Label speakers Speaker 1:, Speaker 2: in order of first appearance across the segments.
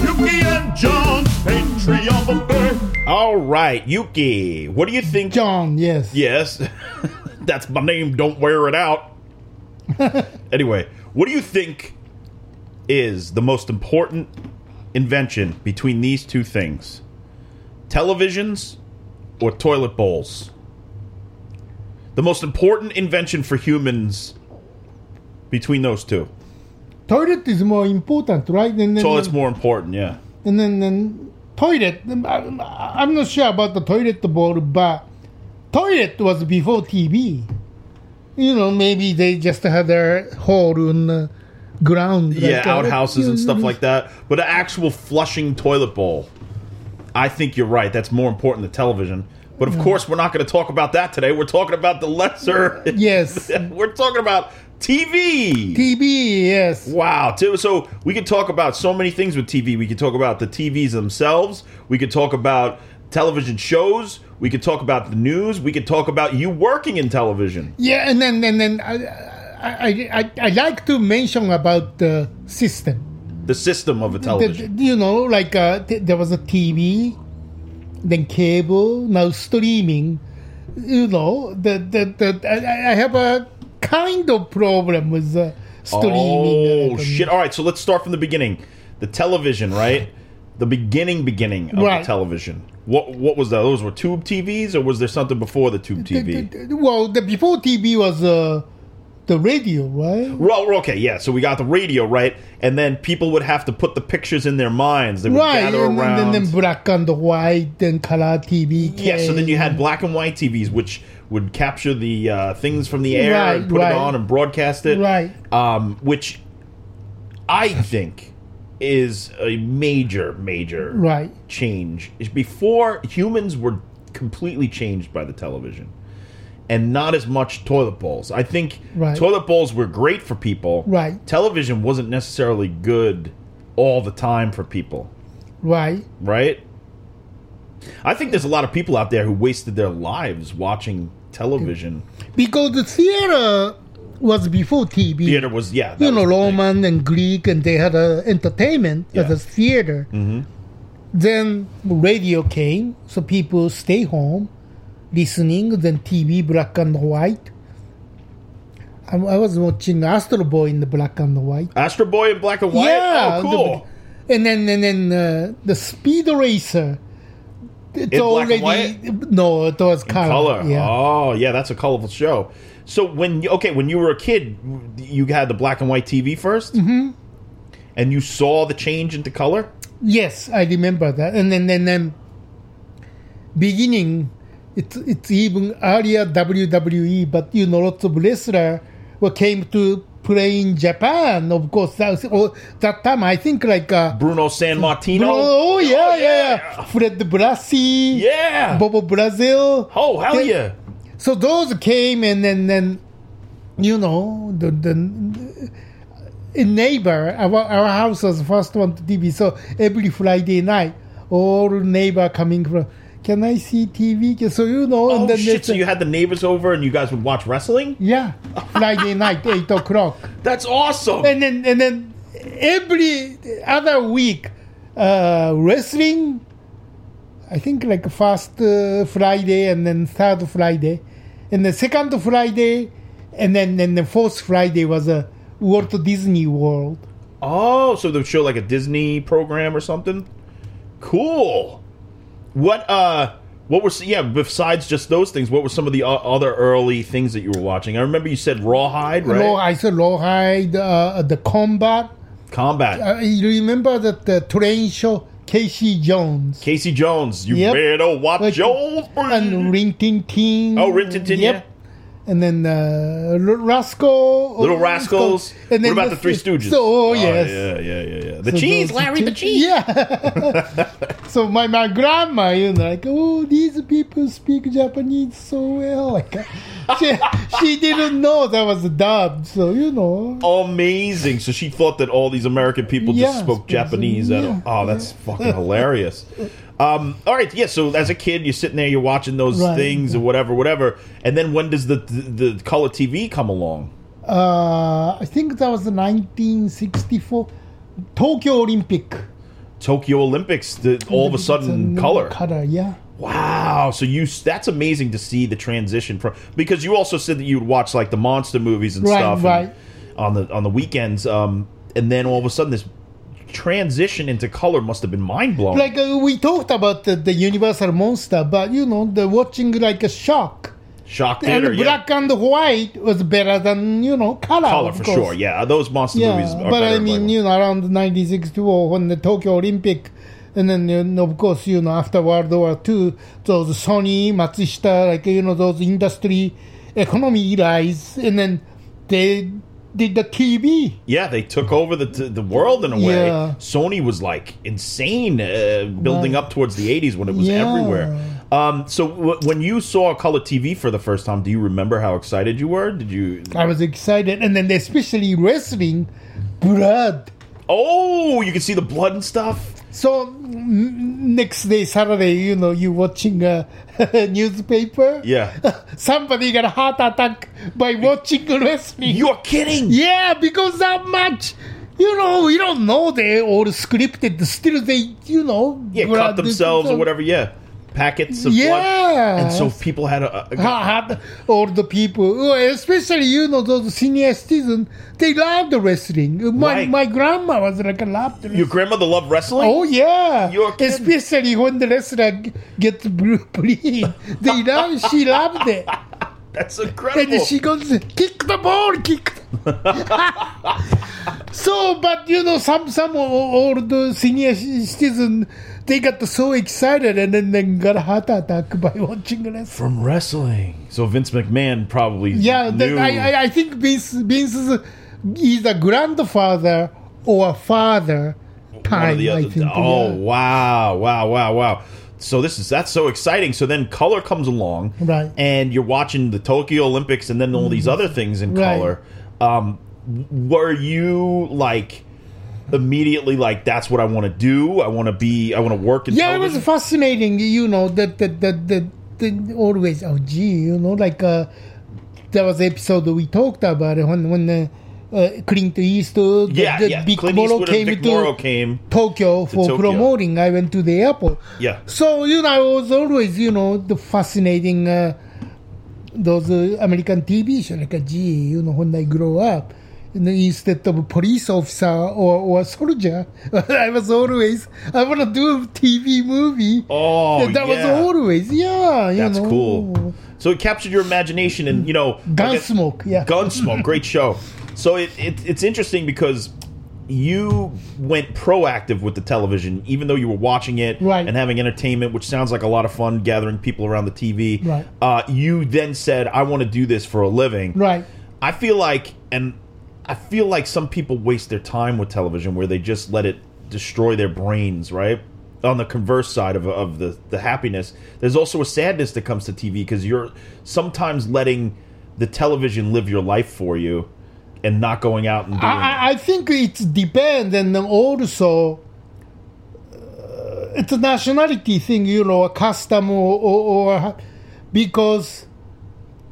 Speaker 1: Yuki and John's Pantry of a Birth.
Speaker 2: All right, Yuki, what do you think?
Speaker 3: John, yes.
Speaker 2: Yes, that's my name. Don't wear it out. anyway, what do you think is the most important invention between these two things? Televisions or toilet bowls? The most important invention for humans between those two.
Speaker 3: Toilet is more important, right? And then,
Speaker 2: Toilet's more important, yeah.
Speaker 3: And then, then toilet. Um, I, I'm not sure about the toilet bowl, but toilet was before TV. You know, maybe they just had their hole in the ground.
Speaker 2: yeah,
Speaker 3: like, uh,
Speaker 2: outhouses and stuff like that. But an actual flushing toilet bowl, I think you're right. That's more important than television. But of course, we're not going to talk about that today. We're talking about the lesser.
Speaker 3: Yes.
Speaker 2: we're talking about TV.
Speaker 3: TV, yes.
Speaker 2: Wow. Tim, So we could talk about so many things with TV. We could talk about the TVs themselves. We could talk about television shows. We could talk about the news. We could talk about you working in television.
Speaker 3: Yeah, and then and then I I, I, I like to mention about the system.
Speaker 2: The system of a
Speaker 3: The-
Speaker 2: television.
Speaker 3: you know, like uh, th- there was a TV, then cable, now streaming. You know, the the, the I, I- I have a kind of problem with uh, streaming.
Speaker 2: Oh shit! All right, so let's start from the beginning. The television, right? The beginning, beginning of
Speaker 3: Right.
Speaker 2: the television. What what was that? Those were tube TVs, or was there something before the tube
Speaker 3: The-
Speaker 2: TV?
Speaker 3: the- the- well, the before TV was uh, the radio, right?
Speaker 2: Well, okay, yeah. So we got the radio, right? And then people would have to put the pictures in their minds. They would
Speaker 3: Right,
Speaker 2: gather
Speaker 3: and,
Speaker 2: around.
Speaker 3: then, then black and white, then color TV.
Speaker 2: yeah, so then you
Speaker 3: came.
Speaker 2: had black and white TVs, which would capture the uh, things from the air
Speaker 3: Right,
Speaker 2: and put
Speaker 3: right.
Speaker 2: it on and broadcast it.
Speaker 3: Right.
Speaker 2: Um, which I think is a major, major
Speaker 3: right.
Speaker 2: change is before humans were completely changed by the television and not as much toilet bowls. I think
Speaker 3: Right.
Speaker 2: toilet bowls were great for people.
Speaker 3: Right.
Speaker 2: Television wasn't necessarily good all the time for people,
Speaker 3: Right.
Speaker 2: right? I think there's a lot of people out there who wasted their lives watching television.
Speaker 3: Because the theater was before TV.
Speaker 2: Theater was yeah, that
Speaker 3: You
Speaker 2: was
Speaker 3: know,
Speaker 2: the thing.
Speaker 3: Roman and Greek, and they had uh, entertainment as
Speaker 2: Yeah. Mm-hmm.
Speaker 3: a theater. Then radio came, so people stay home listening. Then TV, black and white. I, I was watching Astro Boy in the black and white.
Speaker 2: Astro Boy in black and white.
Speaker 3: Yeah,
Speaker 2: oh, cool.
Speaker 3: the- and then and then uh, the Speed Racer. It's
Speaker 2: In black
Speaker 3: already
Speaker 2: and
Speaker 3: no, it was color.
Speaker 2: color.
Speaker 3: Yeah.
Speaker 2: Oh, yeah, that's a colorful show. So when okay, when you were a kid, you had the black and white TV 1st mm-hmm. and you saw the change into color.
Speaker 3: Yes, I remember that. And then then, then beginning, it's it's even earlier WWE, but you know lots of wrestler who came to play in Japan. Of course, that was, oh, that time I think like uh,
Speaker 2: Bruno San Martino.
Speaker 3: oh, yeah, yeah yeah Fred Brassi
Speaker 2: yeah.
Speaker 3: Bobo Brazil.
Speaker 2: oh hell
Speaker 3: They-
Speaker 2: yeah!
Speaker 3: So those came and then then you know the the a neighbor our our house was first one to TV so every Friday night all neighbor coming from can I see TV Can- so you know
Speaker 2: Oh
Speaker 3: and then
Speaker 2: shit!
Speaker 3: they
Speaker 2: So
Speaker 3: say,
Speaker 2: you had the neighbors over, and you guys would watch wrestling.
Speaker 3: yeah Friday night eight o'clock
Speaker 2: That's awesome.
Speaker 3: and then and then every other week uh, wrestling i think like first uh, friday and then third friday and the second friday and then and the fourth friday was a uh, Walt Disney World.
Speaker 2: oh, so they would show like a Disney program or something. Cool. What uh? What were yeah? Besides just those things, what were some of the o- other early things that you were watching? I remember you said Rawhide, right?
Speaker 3: Low, I saw Rawhide, uh, the combat.
Speaker 2: Combat.
Speaker 3: Uh, you remember that the train show, Casey Jones
Speaker 2: Casey Jones. You
Speaker 3: Yep.
Speaker 2: better watch
Speaker 3: Like-
Speaker 2: your brain.
Speaker 3: and Rin Tin Tin.
Speaker 2: Oh, Rin Tin Tin, yeah.
Speaker 3: And then uh, L- Rascal. Oh,
Speaker 2: Little Rascals. what about the Three Stooges?
Speaker 3: So, oh,
Speaker 2: Oh,
Speaker 3: yes.
Speaker 2: yeah, yeah, yeah, yeah. The
Speaker 3: So
Speaker 2: cheese,
Speaker 3: those-
Speaker 2: Larry, the cheese.
Speaker 3: Yeah. so my, my grandma, you know, like, oh, these people speak Japanese so well. Like, she, she didn't know that was dubbed. So, you know.
Speaker 2: Amazing. So she thought that all these American people
Speaker 3: Yeah,
Speaker 2: just spoke
Speaker 3: it's-
Speaker 2: Japanese. at
Speaker 3: yeah,
Speaker 2: oh, that's fucking hilarious. Um, all right, yeah. So as a kid, you're sitting there, you're watching those
Speaker 3: Right.
Speaker 2: things and whatever, whatever. And then when does the, the the color TV come along?
Speaker 3: Uh, I think that was 1964 Tokyo Olympic.
Speaker 2: Tokyo Olympics, the, all of a sudden, Mm, color.
Speaker 3: Color, yeah.
Speaker 2: Wow. So you that's amazing to see the transition from because you also said that you would watch like the monster movies and
Speaker 3: Right,
Speaker 2: stuff and-
Speaker 3: right.
Speaker 2: on the on the weekends. Um, and then all of a sudden this transition into color must have been mind blowing.
Speaker 3: Like uh, we talked about the, the Universal Monster, but you know, the watching like a shock.
Speaker 2: Shock
Speaker 3: And
Speaker 2: theater, yeah.
Speaker 3: black and white was better than, you know, color.
Speaker 2: Color
Speaker 3: of
Speaker 2: for
Speaker 3: course.
Speaker 2: sure. Yeah, those monster
Speaker 3: Yeah,
Speaker 2: movies are
Speaker 3: but
Speaker 2: better
Speaker 3: I
Speaker 2: in black
Speaker 3: mean,
Speaker 2: and
Speaker 3: you know, around 1964 when the Tokyo Olympic, and then you know, of course, you know, after World War II, those Sony, Matsushita, like you know, those industry economy rise, and then they did the TV.
Speaker 2: Yeah, they took over the the world in a way.
Speaker 3: Yeah.
Speaker 2: Sony was like insane, uh, building
Speaker 3: Right.
Speaker 2: up towards the '80s when it was
Speaker 3: Yeah.
Speaker 2: everywhere. Um, so w- when you saw color TV for the first time, do you remember how excited you were? Did you?
Speaker 3: I was excited, and then especially wrestling, blood.
Speaker 2: Oh, you could see the blood and stuff.
Speaker 3: So m- next day Saturday, you know, you watching a newspaper.
Speaker 2: Yeah,
Speaker 3: Somebody got a heart attack by watching wrestling.
Speaker 2: you're kidding.
Speaker 3: Yeah, because that much, you know, you don't know they all scripted. Still, they, you know,
Speaker 2: Yeah, cut
Speaker 3: blood-
Speaker 2: themselves or whatever. Yeah, packets of blood.
Speaker 3: Yeah.
Speaker 2: And so people had a, a-
Speaker 3: Ha- had all the people, especially you know those senior citizens, they loved wrestling. My
Speaker 2: Right.
Speaker 3: my grandma was like a loved.
Speaker 2: your grandmother loved wrestling.
Speaker 3: Oh yeah,
Speaker 2: You're kidding.
Speaker 3: especially when the wrestler g- gets blue bleed. They love. She loved it.
Speaker 2: That's
Speaker 3: And
Speaker 2: incredible.
Speaker 3: she goes, kick the ball, kick. so, but you know, some some o- old senior citizen, they got so excited and then, then got a heart attack by watching this.
Speaker 2: From wrestling. So Vince McMahon probably
Speaker 3: Yeah,
Speaker 2: knew.
Speaker 3: then I, I I think Vince Vince is- is a grandfather or a father time.
Speaker 2: one of the
Speaker 3: I
Speaker 2: other.
Speaker 3: think.
Speaker 2: oh
Speaker 3: yeah.
Speaker 2: wow, wow, wow, wow! So this is that's so exciting. So then color comes along,
Speaker 3: Right. Mm-hmm.
Speaker 2: And you're watching the Tokyo Olympics, and then all these other things in
Speaker 3: Right.
Speaker 2: color. Um, were you like immediately like that's what I want to do? I want to be. I want to work in.
Speaker 3: Yeah, it was
Speaker 2: television?
Speaker 3: fascinating. You know that that that that, that always. Oh, gee, you know, like uh, there was episode we talked about it when when uh, uh, Clint Eastwood,
Speaker 2: Yeah,
Speaker 3: the, the
Speaker 2: yeah.
Speaker 3: Big
Speaker 2: Clint
Speaker 3: Moro
Speaker 2: Eastwood
Speaker 3: came
Speaker 2: and Vic
Speaker 3: to
Speaker 2: Morrow came.
Speaker 3: Tokyo for
Speaker 2: Tokyo.
Speaker 3: promoting. I went to the airport.
Speaker 2: Yeah.
Speaker 3: So you know, I was always you know the fascinating uh, those uh, American TV show. Like, uh, gee, you know, when I grow up. And then instead of police officer or, or soldier, I was always I want to do TV movie.
Speaker 2: Oh,
Speaker 3: Yeah, that was
Speaker 2: yeah.
Speaker 3: always yeah. You
Speaker 2: That's
Speaker 3: know.
Speaker 2: cool. So it captured your imagination, and you know, like I-
Speaker 3: Gunsmoke, yeah.
Speaker 2: Gunsmoke, great show. So it, it it's interesting because you went proactive with the television, even though you were watching it
Speaker 3: Right.
Speaker 2: and having entertainment, which sounds like a lot of fun, gathering people around the TV.
Speaker 3: Right.
Speaker 2: Uh, you then said, "I want to do this for a living."
Speaker 3: right.
Speaker 2: I feel like, and I feel like some people waste their time with television where they just let it destroy their brains, right? On the converse side of, of the, the happiness, there's also a sadness that comes to TV because you're sometimes letting the television live your life for you and not going out and doing
Speaker 3: I, I- I think it depends, and then also uh, it's a nationality thing, you know, a custom or, or, or because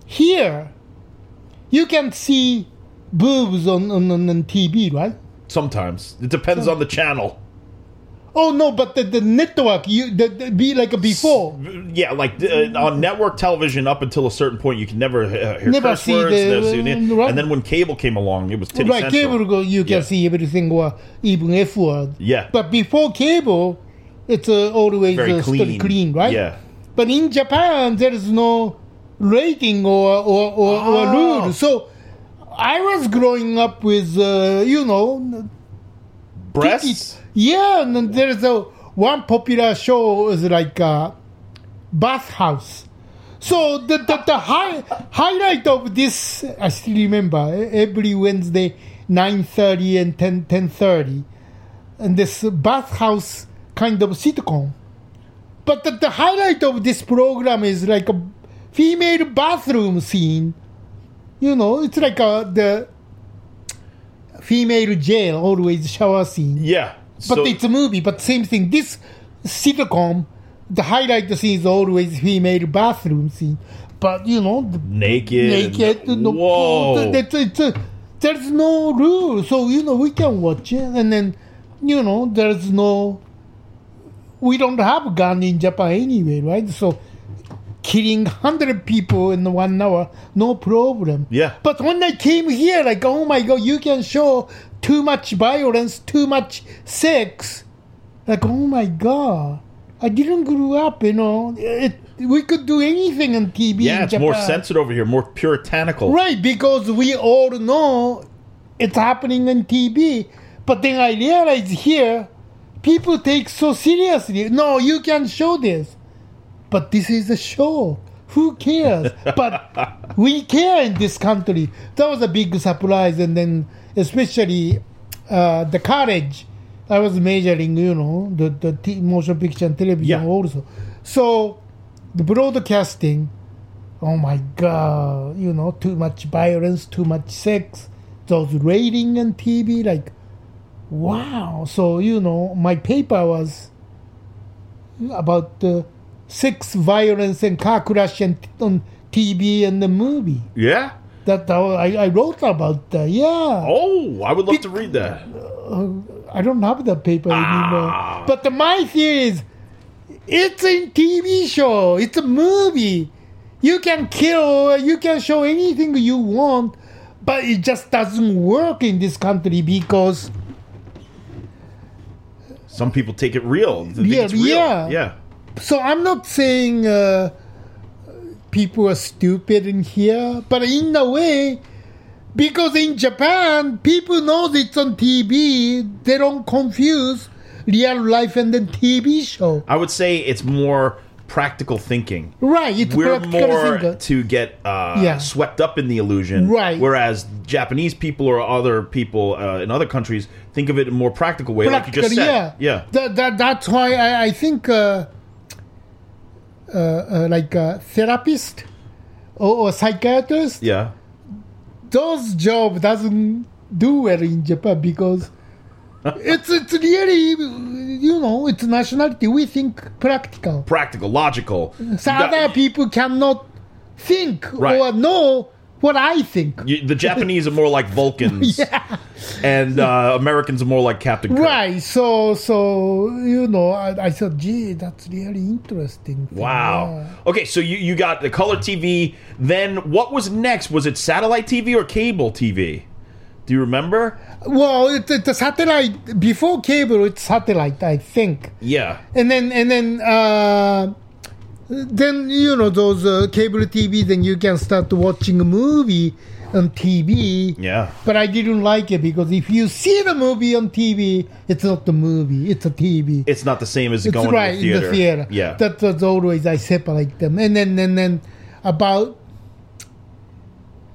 Speaker 3: here you can see boobs on, on, on on TV, right?
Speaker 2: sometimes. It depends on the channel.
Speaker 3: Oh no, but the, the network you the, the, be like before.
Speaker 2: Yeah, like uh, on network television up until a certain point, you can never uh, hear
Speaker 3: Never
Speaker 2: curse
Speaker 3: see
Speaker 2: words.
Speaker 3: the-
Speaker 2: never see the-
Speaker 3: right.
Speaker 2: And then when cable came along, it was titty
Speaker 3: Right,
Speaker 2: central.
Speaker 3: cable go, you can
Speaker 2: Yeah.
Speaker 3: see everything or even F word.
Speaker 2: Yeah.
Speaker 3: But before cable, it's uh, always
Speaker 2: Very
Speaker 3: uh, still
Speaker 2: clean.
Speaker 3: clean, right?
Speaker 2: Yeah.
Speaker 3: But in Japan, there is no rating or or, or,
Speaker 2: Oh.
Speaker 3: or rule. So I was growing up with uh, you know
Speaker 2: Breasts.
Speaker 3: yeah, and then there's a one popular show is like uh, bathhouse. So the the, the high, highlight of this I still remember e- every Wednesday nine thirty and 10, 10.30 and this bathhouse kind of sitcom. But the, the highlight of this program is like a female bathroom scene. You know, it's like a, the female jail always shower scene.
Speaker 2: Yeah.
Speaker 3: But
Speaker 2: So-
Speaker 3: it's a movie, but same thing. This sitcom, the highlight scene is always female bathroom scene. But you know, the
Speaker 2: naked.
Speaker 3: naked, no,
Speaker 2: Whoa.
Speaker 3: That's, it's a, there's no rule, so you know we can watch it, and then you know there's no we don't have gun in Japan anyway, right? So killing hundred people in one hour, no problem.
Speaker 2: Yeah.
Speaker 3: But when I came here, like, oh my god, you can show too much violence, too much sex. Like, oh my god, I didn't grow up, you know. It, we could do anything on TV.
Speaker 2: Yeah,
Speaker 3: in
Speaker 2: it's more
Speaker 3: Japan.
Speaker 2: censored over here, more puritanical.
Speaker 3: Right, because we all know it's happening on TV. But then I realize here, people take so seriously. No, you can show this, but this is a show. Who cares? but we care in this country. That was a big surprise, and then especially uh, the college. I was majoring, you know, the the t- motion picture and television
Speaker 2: Yeah.
Speaker 3: also. So the broadcasting oh my god, you know, too much violence, too much sex, those rating and TV, like, wow. So, you know, my paper was about uh, sex, violence, and car crash and on TV and the movie.
Speaker 2: Yeah.
Speaker 3: That that was- I, I wrote about that. Yeah,
Speaker 2: Oh, I would love to read that.
Speaker 3: I don't have that paper anymore. But the, my theory is, it's a TV show. It's a movie. You can kill. You can show anything you want, but it just doesn't work in this country because
Speaker 2: Some people take it real. They think
Speaker 3: Yeah,
Speaker 2: it's real.
Speaker 3: yeah.
Speaker 2: Yeah.
Speaker 3: so I'm not saying uh, people are stupid in here, but in a way, because in Japan people knows it's on TV, they don't confuse real life and then TV show.
Speaker 2: I would say it's more practical thinking.
Speaker 3: Right, it's
Speaker 2: We're
Speaker 3: practical
Speaker 2: more
Speaker 3: thinking.
Speaker 2: to get uh,
Speaker 3: Yeah.
Speaker 2: swept up in the illusion,
Speaker 3: Right.
Speaker 2: Whereas Japanese people or other people uh, in other countries think of it in a more practical way, like you just
Speaker 3: Practical,
Speaker 2: said.
Speaker 3: Yeah, That, that, that's why I, I think, uh, uh, uh, like a therapist or, or psychiatrist,
Speaker 2: yeah,
Speaker 3: those job doesn't do well in Japan because it's it's really you know it's nationality. We think practical,
Speaker 2: Practical, logical.
Speaker 3: so
Speaker 2: You got-
Speaker 3: other people cannot think
Speaker 2: Right.
Speaker 3: or know what I think.
Speaker 2: you- the Japanese are more like Vulcans, and uh, Americans are more like Captain Kirk.
Speaker 3: Right, so so you know, I, I thought, gee, that's really interesting. thing."
Speaker 2: Wow.
Speaker 3: Yeah.
Speaker 2: Okay, so you, you got the color TV. Then what was next? Was it satellite TV or cable TV? Do you remember?
Speaker 3: Well, it, it's a satellite before cable. It's satellite, I think,
Speaker 2: Yeah.
Speaker 3: and then and then uh, then you know those uh, cable TV. Then you can start watching a movie on TV.
Speaker 2: Yeah.
Speaker 3: But I didn't like it because if you see the movie on TV, it's not the movie; it's a TV.
Speaker 2: It's not the same as
Speaker 3: It's
Speaker 2: going
Speaker 3: right
Speaker 2: to the theater.
Speaker 3: in the theater.
Speaker 2: Yeah.
Speaker 3: that was always I separate them, and then and then about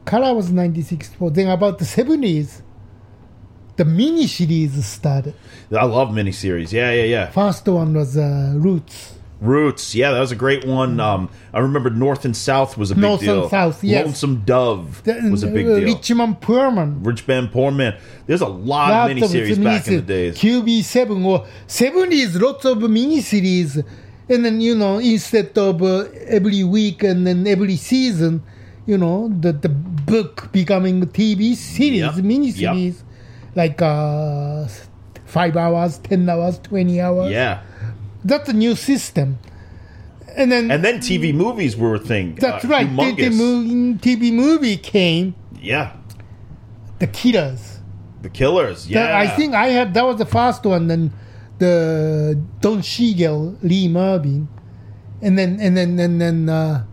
Speaker 3: color was ninety six four. Then about the seventies, the mini series started.
Speaker 2: I love miniseries. Yeah, yeah, yeah.
Speaker 3: First one was uh, Roots.
Speaker 2: Roots. Yeah, that was a great one. Um, I remember North and South was a big
Speaker 3: Mm. North and
Speaker 2: deal.
Speaker 3: South, yes.
Speaker 2: Lonesome Dove
Speaker 3: Then,
Speaker 2: was a big
Speaker 3: uh,
Speaker 2: deal. Rich,
Speaker 3: Richmond Perman.
Speaker 2: Man, Poor Man. There's a lot of miniseries back in the days.
Speaker 3: QB seven or seventies, lots of miniseries, and then you know instead of uh, every week and then every season, you know the the book becoming TV series,
Speaker 2: Yep,
Speaker 3: miniseries, like uh, five hours, ten hours, twenty hours.
Speaker 2: Yeah.
Speaker 3: that's a new system, and then.
Speaker 2: And then TV movies were a thing.
Speaker 3: that's
Speaker 2: Uh,
Speaker 3: right. The, the
Speaker 2: humongous.
Speaker 3: movie, TV movie came,
Speaker 2: Yeah.
Speaker 3: The Killers.
Speaker 2: The Killers. Yeah.
Speaker 3: That- I think I had that was the first one. Then the Don Siegel, Lee Mervin, and then and then and then uh,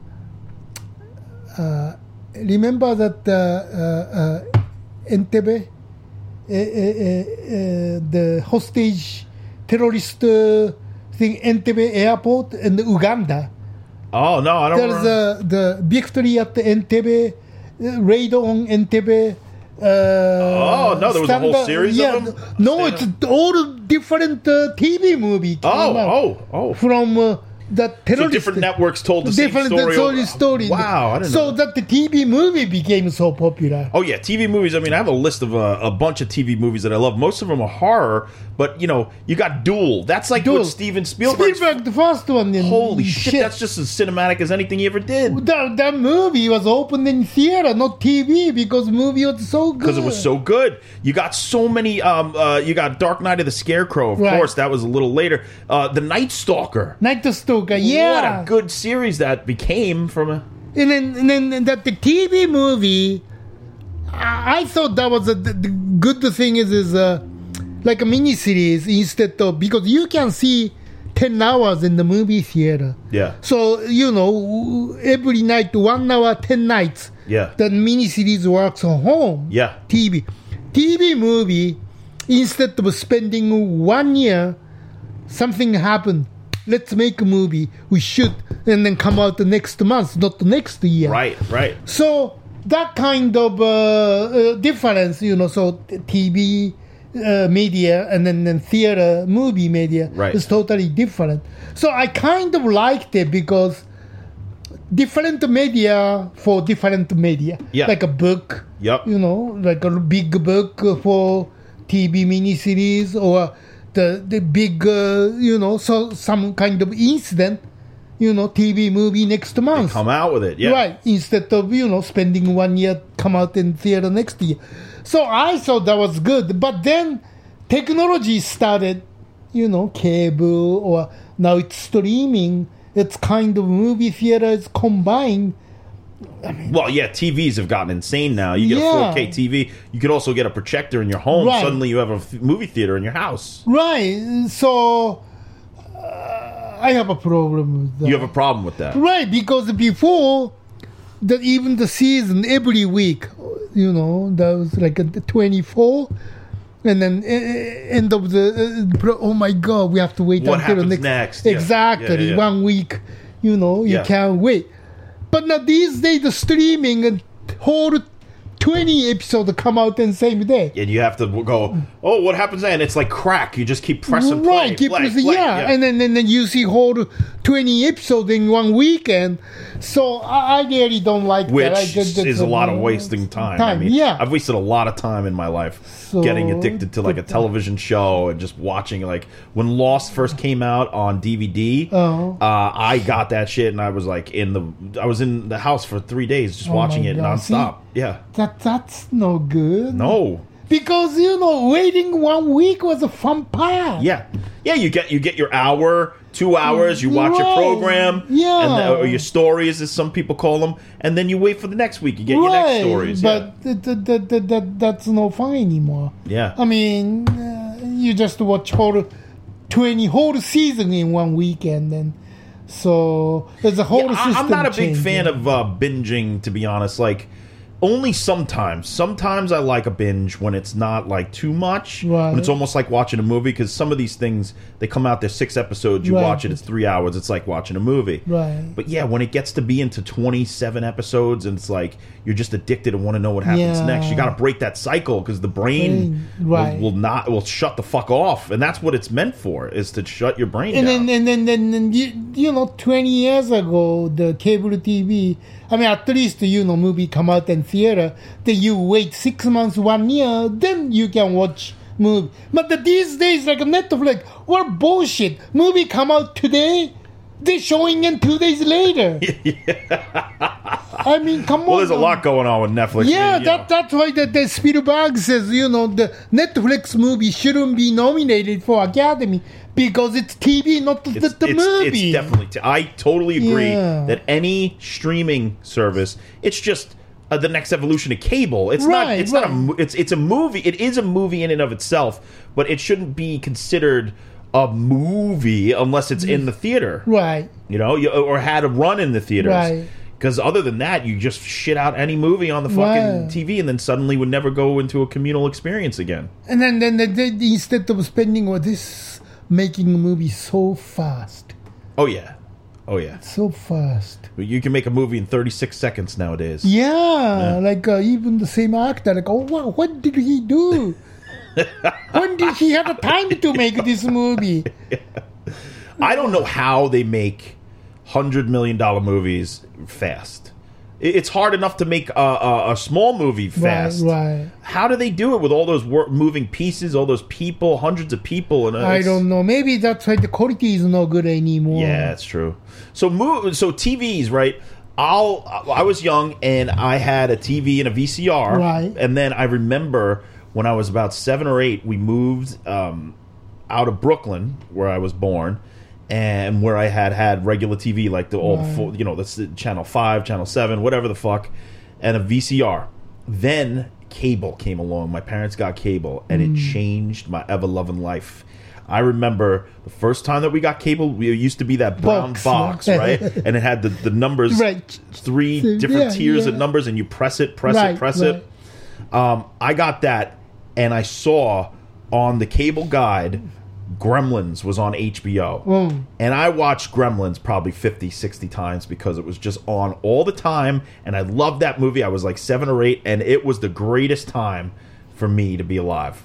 Speaker 3: uh, remember that uh, uh, uh, Entebbe, uh, uh, uh, uh, the hostage terrorist uh, thing, Entebbe airport and Uganda.
Speaker 2: Oh no, I don't.
Speaker 3: There's
Speaker 2: remember.
Speaker 3: uh, the victory at the Entebbe, uh, raid on Entebbe. Uh, oh
Speaker 2: no, there was a whole series of
Speaker 3: Yeah,
Speaker 2: them?
Speaker 3: no, it's all different uh, TV movie. came
Speaker 2: oh,
Speaker 3: out
Speaker 2: oh, oh,
Speaker 3: from uh, the
Speaker 2: So
Speaker 3: terrorist
Speaker 2: different networks told the same
Speaker 3: different
Speaker 2: story.
Speaker 3: story,
Speaker 2: over-
Speaker 3: story.
Speaker 2: Wow, I didn't
Speaker 3: so
Speaker 2: know. that.
Speaker 3: that the TV movie became so popular.
Speaker 2: Oh yeah, TV movies. I mean, I have a list of uh, a bunch of TV movies that I love. Most of them are horror, but you know, you got Duel. That's like
Speaker 3: Dude,
Speaker 2: what Steven Spielberg.
Speaker 3: Spielberg, the first one. and
Speaker 2: Holy shit, that's just as cinematic as anything he ever did.
Speaker 3: that, that movie was opened in theater, not TV, because movie was so good.
Speaker 2: Because it was so good. You got so many. Um, uh, you got Dark Knight of the Scarecrow, of
Speaker 3: Right.
Speaker 2: course. That was a little later. Uh, the Night Stalker.
Speaker 3: Night Stalker, yeah.
Speaker 2: What a good series that became from. A,
Speaker 3: and then, and then that the TV movie, I, I thought that was a, the, the good thing is is uh, like a mini series instead of because you can see ten hours in the movie theater.
Speaker 2: yeah.
Speaker 3: So you know every night one hour ten nights.
Speaker 2: Yeah.
Speaker 3: The mini series works on home.
Speaker 2: Yeah.
Speaker 3: TV, TV movie. Instead of spending one year, something happened. Let's make a movie. We should, and then come out the next month, not the next year.
Speaker 2: Right. Right.
Speaker 3: So that kind of uh, uh, difference, you know, so t- TV uh, media and then, then theater, movie media
Speaker 2: Right.
Speaker 3: is totally different. So I kind of liked it because different media for different media,
Speaker 2: Yeah.
Speaker 3: like a book,
Speaker 2: Yep.
Speaker 3: you know, like a big book for TV miniseries or the the big, uh, you know, so some kind of incident, you know, TV movie next month.
Speaker 2: Come out with it. Yeah.
Speaker 3: Right. Instead of, you know, spending one year, come out in theater next year. So I thought that was good. But then technology started, you know, cable or now it's streaming. It's kind of movie theater is combined.
Speaker 2: Well, yeah, TVs have gotten insane now. You get
Speaker 3: Yeah.
Speaker 2: a 4K TV. You could also get a projector in your home.
Speaker 3: Right.
Speaker 2: Suddenly, you have a f- movie theater in your house.
Speaker 3: Right. So uh, I have a problem with that.
Speaker 2: You have a problem with that,
Speaker 3: Right, because before that even the season every week, you know, that was like a 24 and then eh, eh, end of the eh, pro- oh my god, we have to wait
Speaker 2: What
Speaker 3: until the
Speaker 2: happens
Speaker 3: next,
Speaker 2: next? Yeah.
Speaker 3: exactly
Speaker 2: Yeah, yeah, yeah.
Speaker 3: one week, you know, you
Speaker 2: Yeah.
Speaker 3: can't wait. But now these days the streaming and whole 20 episode come out in same day.
Speaker 2: and you have to go. Oh, what happens then? It's like crack. You just keep pressing play,
Speaker 3: right, keep
Speaker 2: play,
Speaker 3: pressing-
Speaker 2: play.
Speaker 3: yeah. and then and then you see whole twenty episodes in one weekend. So I, I really don't like
Speaker 2: which
Speaker 3: that. I
Speaker 2: is,
Speaker 3: that's
Speaker 2: a lot of wasting time. I
Speaker 3: Time,
Speaker 2: mean,
Speaker 3: yeah.
Speaker 2: I've wasted a lot of time in my life
Speaker 3: So-
Speaker 2: getting addicted to like a television show and just watching. Like when Lost first came out on DVD,
Speaker 3: Oh.
Speaker 2: uh, I got that shit and I was like in the I was in the house for three days just
Speaker 3: Oh my
Speaker 2: watching it
Speaker 3: God.
Speaker 2: nonstop. Yeah,
Speaker 3: That that's no good.
Speaker 2: no,
Speaker 3: because you know waiting one week was a fun part.
Speaker 2: yeah, yeah. You get you get your hour. Two hours, you watch your
Speaker 3: Right.
Speaker 2: program,
Speaker 3: Yeah.
Speaker 2: and the, or your stories, as some people call them, and then you wait for the next week. You get your next
Speaker 3: Right,
Speaker 2: stories. yeah.
Speaker 3: but th- th- th- th- th- that's no fun anymore.
Speaker 2: Yeah.
Speaker 3: I mean, uh, you just watch whole twenty whole season in one weekend, and so there's a whole
Speaker 2: Yeah, I-
Speaker 3: system.
Speaker 2: I'm not a big
Speaker 3: changing.
Speaker 2: fan of uh, binging, to be honest. Like, only sometimes. Sometimes I like a binge when it's not like too much.
Speaker 3: Right.
Speaker 2: When it's almost like watching a movie because some of these things they come out. There's six episodes. You
Speaker 3: Right.
Speaker 2: watch it. It's three hours. It's like watching a movie.
Speaker 3: Right.
Speaker 2: But yeah, when it gets to be into 27 episodes and it's like you're just addicted and want to know what happens
Speaker 3: Yeah.
Speaker 2: next. You got to break that cycle because the brain
Speaker 3: Brain,
Speaker 2: will-
Speaker 3: right.
Speaker 2: will, not will shut the fuck off, and that's what it's meant for is to shut your brain
Speaker 3: and
Speaker 2: down.
Speaker 3: then and then then, then you, you know 20 years ago the cable tv i mean at least you know movie come out in theater then you wait six months one year then you can watch movie but the, these days like netflix what bullshit movie come out today they're showing it two days later i mean come on
Speaker 2: well, there's a lot going on with Netflix.
Speaker 3: yeah,
Speaker 2: you know.
Speaker 3: that, that's why the, the Spielberg says, you know, the Netflix movie shouldn't be nominated for Academy because it's TV, not the, the movie.
Speaker 2: definitely. T- I totally agree
Speaker 3: Yeah.
Speaker 2: that any streaming service, it's just uh, the next evolution of cable. It's not.
Speaker 3: Right,
Speaker 2: It's not a.
Speaker 3: right.
Speaker 2: mo- It's it's a movie. It is a movie in and of itself, but it shouldn't be considered a movie unless it's in the theater.
Speaker 3: right.
Speaker 2: You know, you, or had a run in the theaters.
Speaker 3: Right.
Speaker 2: Because other than that, you just shit out any movie on the fucking
Speaker 3: Right.
Speaker 2: TV, and then suddenly would never go into a communal experience again.
Speaker 3: And then, then, then, then instead of spending all this making a movie so fast,
Speaker 2: Oh yeah, oh yeah.
Speaker 3: so fast.
Speaker 2: You can make a movie in 36 seconds nowadays.
Speaker 3: Yeah, like uh, even the same actor, like, oh, what, what did he do? when did he have the time to make this movie?
Speaker 2: I don't know how they make hundred million dollar movies fast. I- It's hard enough to make a, a, a small movie fast.
Speaker 3: right.
Speaker 2: How do they do it with all those wor- moving pieces, all those people, hundreds of people? And uh,
Speaker 3: I
Speaker 2: it's-
Speaker 3: don't know. Maybe that's why the quality is not good anymore.
Speaker 2: Yeah, it's true. So move. So TVs, right? I'll. I was young and I had a TV and a VCR.
Speaker 3: Right.
Speaker 2: And then I remember when I was about seven or eight, we moved um, out of Brooklyn, where I was born, and where I had had regular TV, like the old,
Speaker 3: Right.
Speaker 2: full, you know, that's the channel five, channel seven, whatever the fuck, and a VCR. Then cable came along. My parents got cable, and
Speaker 3: Mm.
Speaker 2: it changed my ever loving life. I remember the first time that we got cable, we it used to be that brown
Speaker 3: Box.
Speaker 2: box, right? And it had the, the numbers,
Speaker 3: Right.
Speaker 2: three
Speaker 3: Yeah,
Speaker 2: different tiers
Speaker 3: yeah.
Speaker 2: of numbers, and you press it, press
Speaker 3: Right,
Speaker 2: it, press
Speaker 3: right.
Speaker 2: it. Um, I got that, and I saw on the cable guide, Gremlins was on HBO.
Speaker 3: Mm.
Speaker 2: And I watched Gremlins probably 50, 60 times because it was just on all the time. And I loved that movie. I was like seven or eight, and it was the greatest time for me to be alive.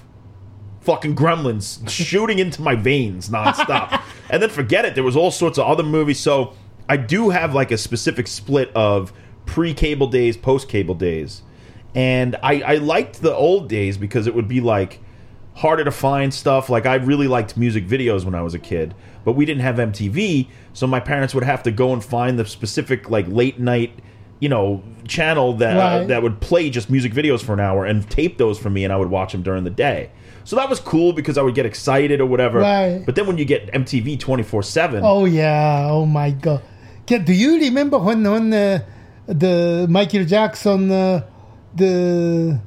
Speaker 2: Fucking gremlins shooting into my veins nonstop. and then forget it, there was all sorts of other movies. So I do have like a specific split of pre cable days, post cable days. And I, I liked the old days because it would be like harder to find stuff. Like I really liked music videos when I was a kid, but we didn't have MTV, so my parents would have to go and find the specific like late night, you know, channel that
Speaker 3: Right.
Speaker 2: that would play just music videos for an hour and tape those for me, and I would watch them during the day. So that was cool because I would get excited or whatever.
Speaker 3: Right.
Speaker 2: But then when you get MTV twenty four seven,
Speaker 3: Oh yeah. Oh my god. Yeah, do you remember when when uh, the Michael Jackson uh, the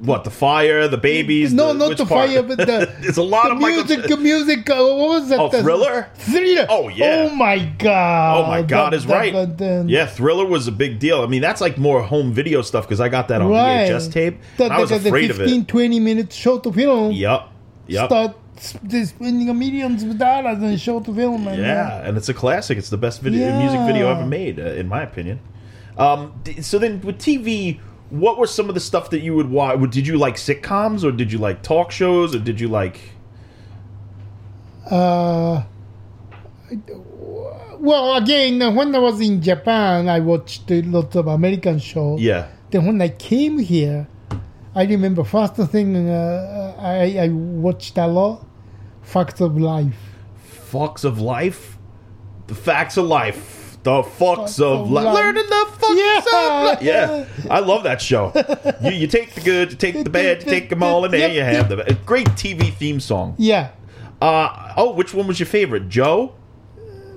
Speaker 2: what the fire, the babies?
Speaker 3: no
Speaker 2: the,
Speaker 3: not
Speaker 2: which
Speaker 3: the
Speaker 2: part?
Speaker 3: fire but the
Speaker 2: There's a lot
Speaker 3: the
Speaker 2: of Michael-
Speaker 3: music music uh, what was that
Speaker 2: Oh,
Speaker 3: The-
Speaker 2: Thriller?
Speaker 3: thriller
Speaker 2: Oh, yeah.
Speaker 3: oh my god
Speaker 2: Oh my God,
Speaker 3: That-
Speaker 2: is
Speaker 3: that-
Speaker 2: right.
Speaker 3: that- that-
Speaker 2: yeah, Thriller was a big deal. I mean, that's like more home video stuff because I got that on
Speaker 3: right
Speaker 2: VHS tape.
Speaker 3: that,
Speaker 2: and I was
Speaker 3: that- that
Speaker 2: afraid of
Speaker 3: 15,
Speaker 2: it.
Speaker 3: 20 minute short film
Speaker 2: Yep. Yep.
Speaker 3: start s- they spending millions of dollars on short film and
Speaker 2: Yeah, and it's a classic. It's the best video music
Speaker 3: Yeah.
Speaker 2: video ever made, uh, in my opinion. Um, d- so then, with TV, what were some of the stuff that you would watch? Did you like sitcoms, or did you like talk shows, or did you like?
Speaker 3: Uh, well, again, uh, when I was in Japan, I watched a lot of American shows.
Speaker 2: Yeah,
Speaker 3: Then when I came here, I remember first thing uh, I, I watched a lot, Facts of Life.
Speaker 2: fucks of life, the facts of life. The fucks
Speaker 3: Fucks
Speaker 2: of
Speaker 3: of
Speaker 2: life.
Speaker 3: life.
Speaker 2: Learning the fucks
Speaker 3: Yeah.
Speaker 2: of life. Yeah. I love that show. you, you take the good, you take the bad, you take them all, and there you have the great TV theme song.
Speaker 3: Yeah,
Speaker 2: Uh, oh, which one was your favorite? Joe?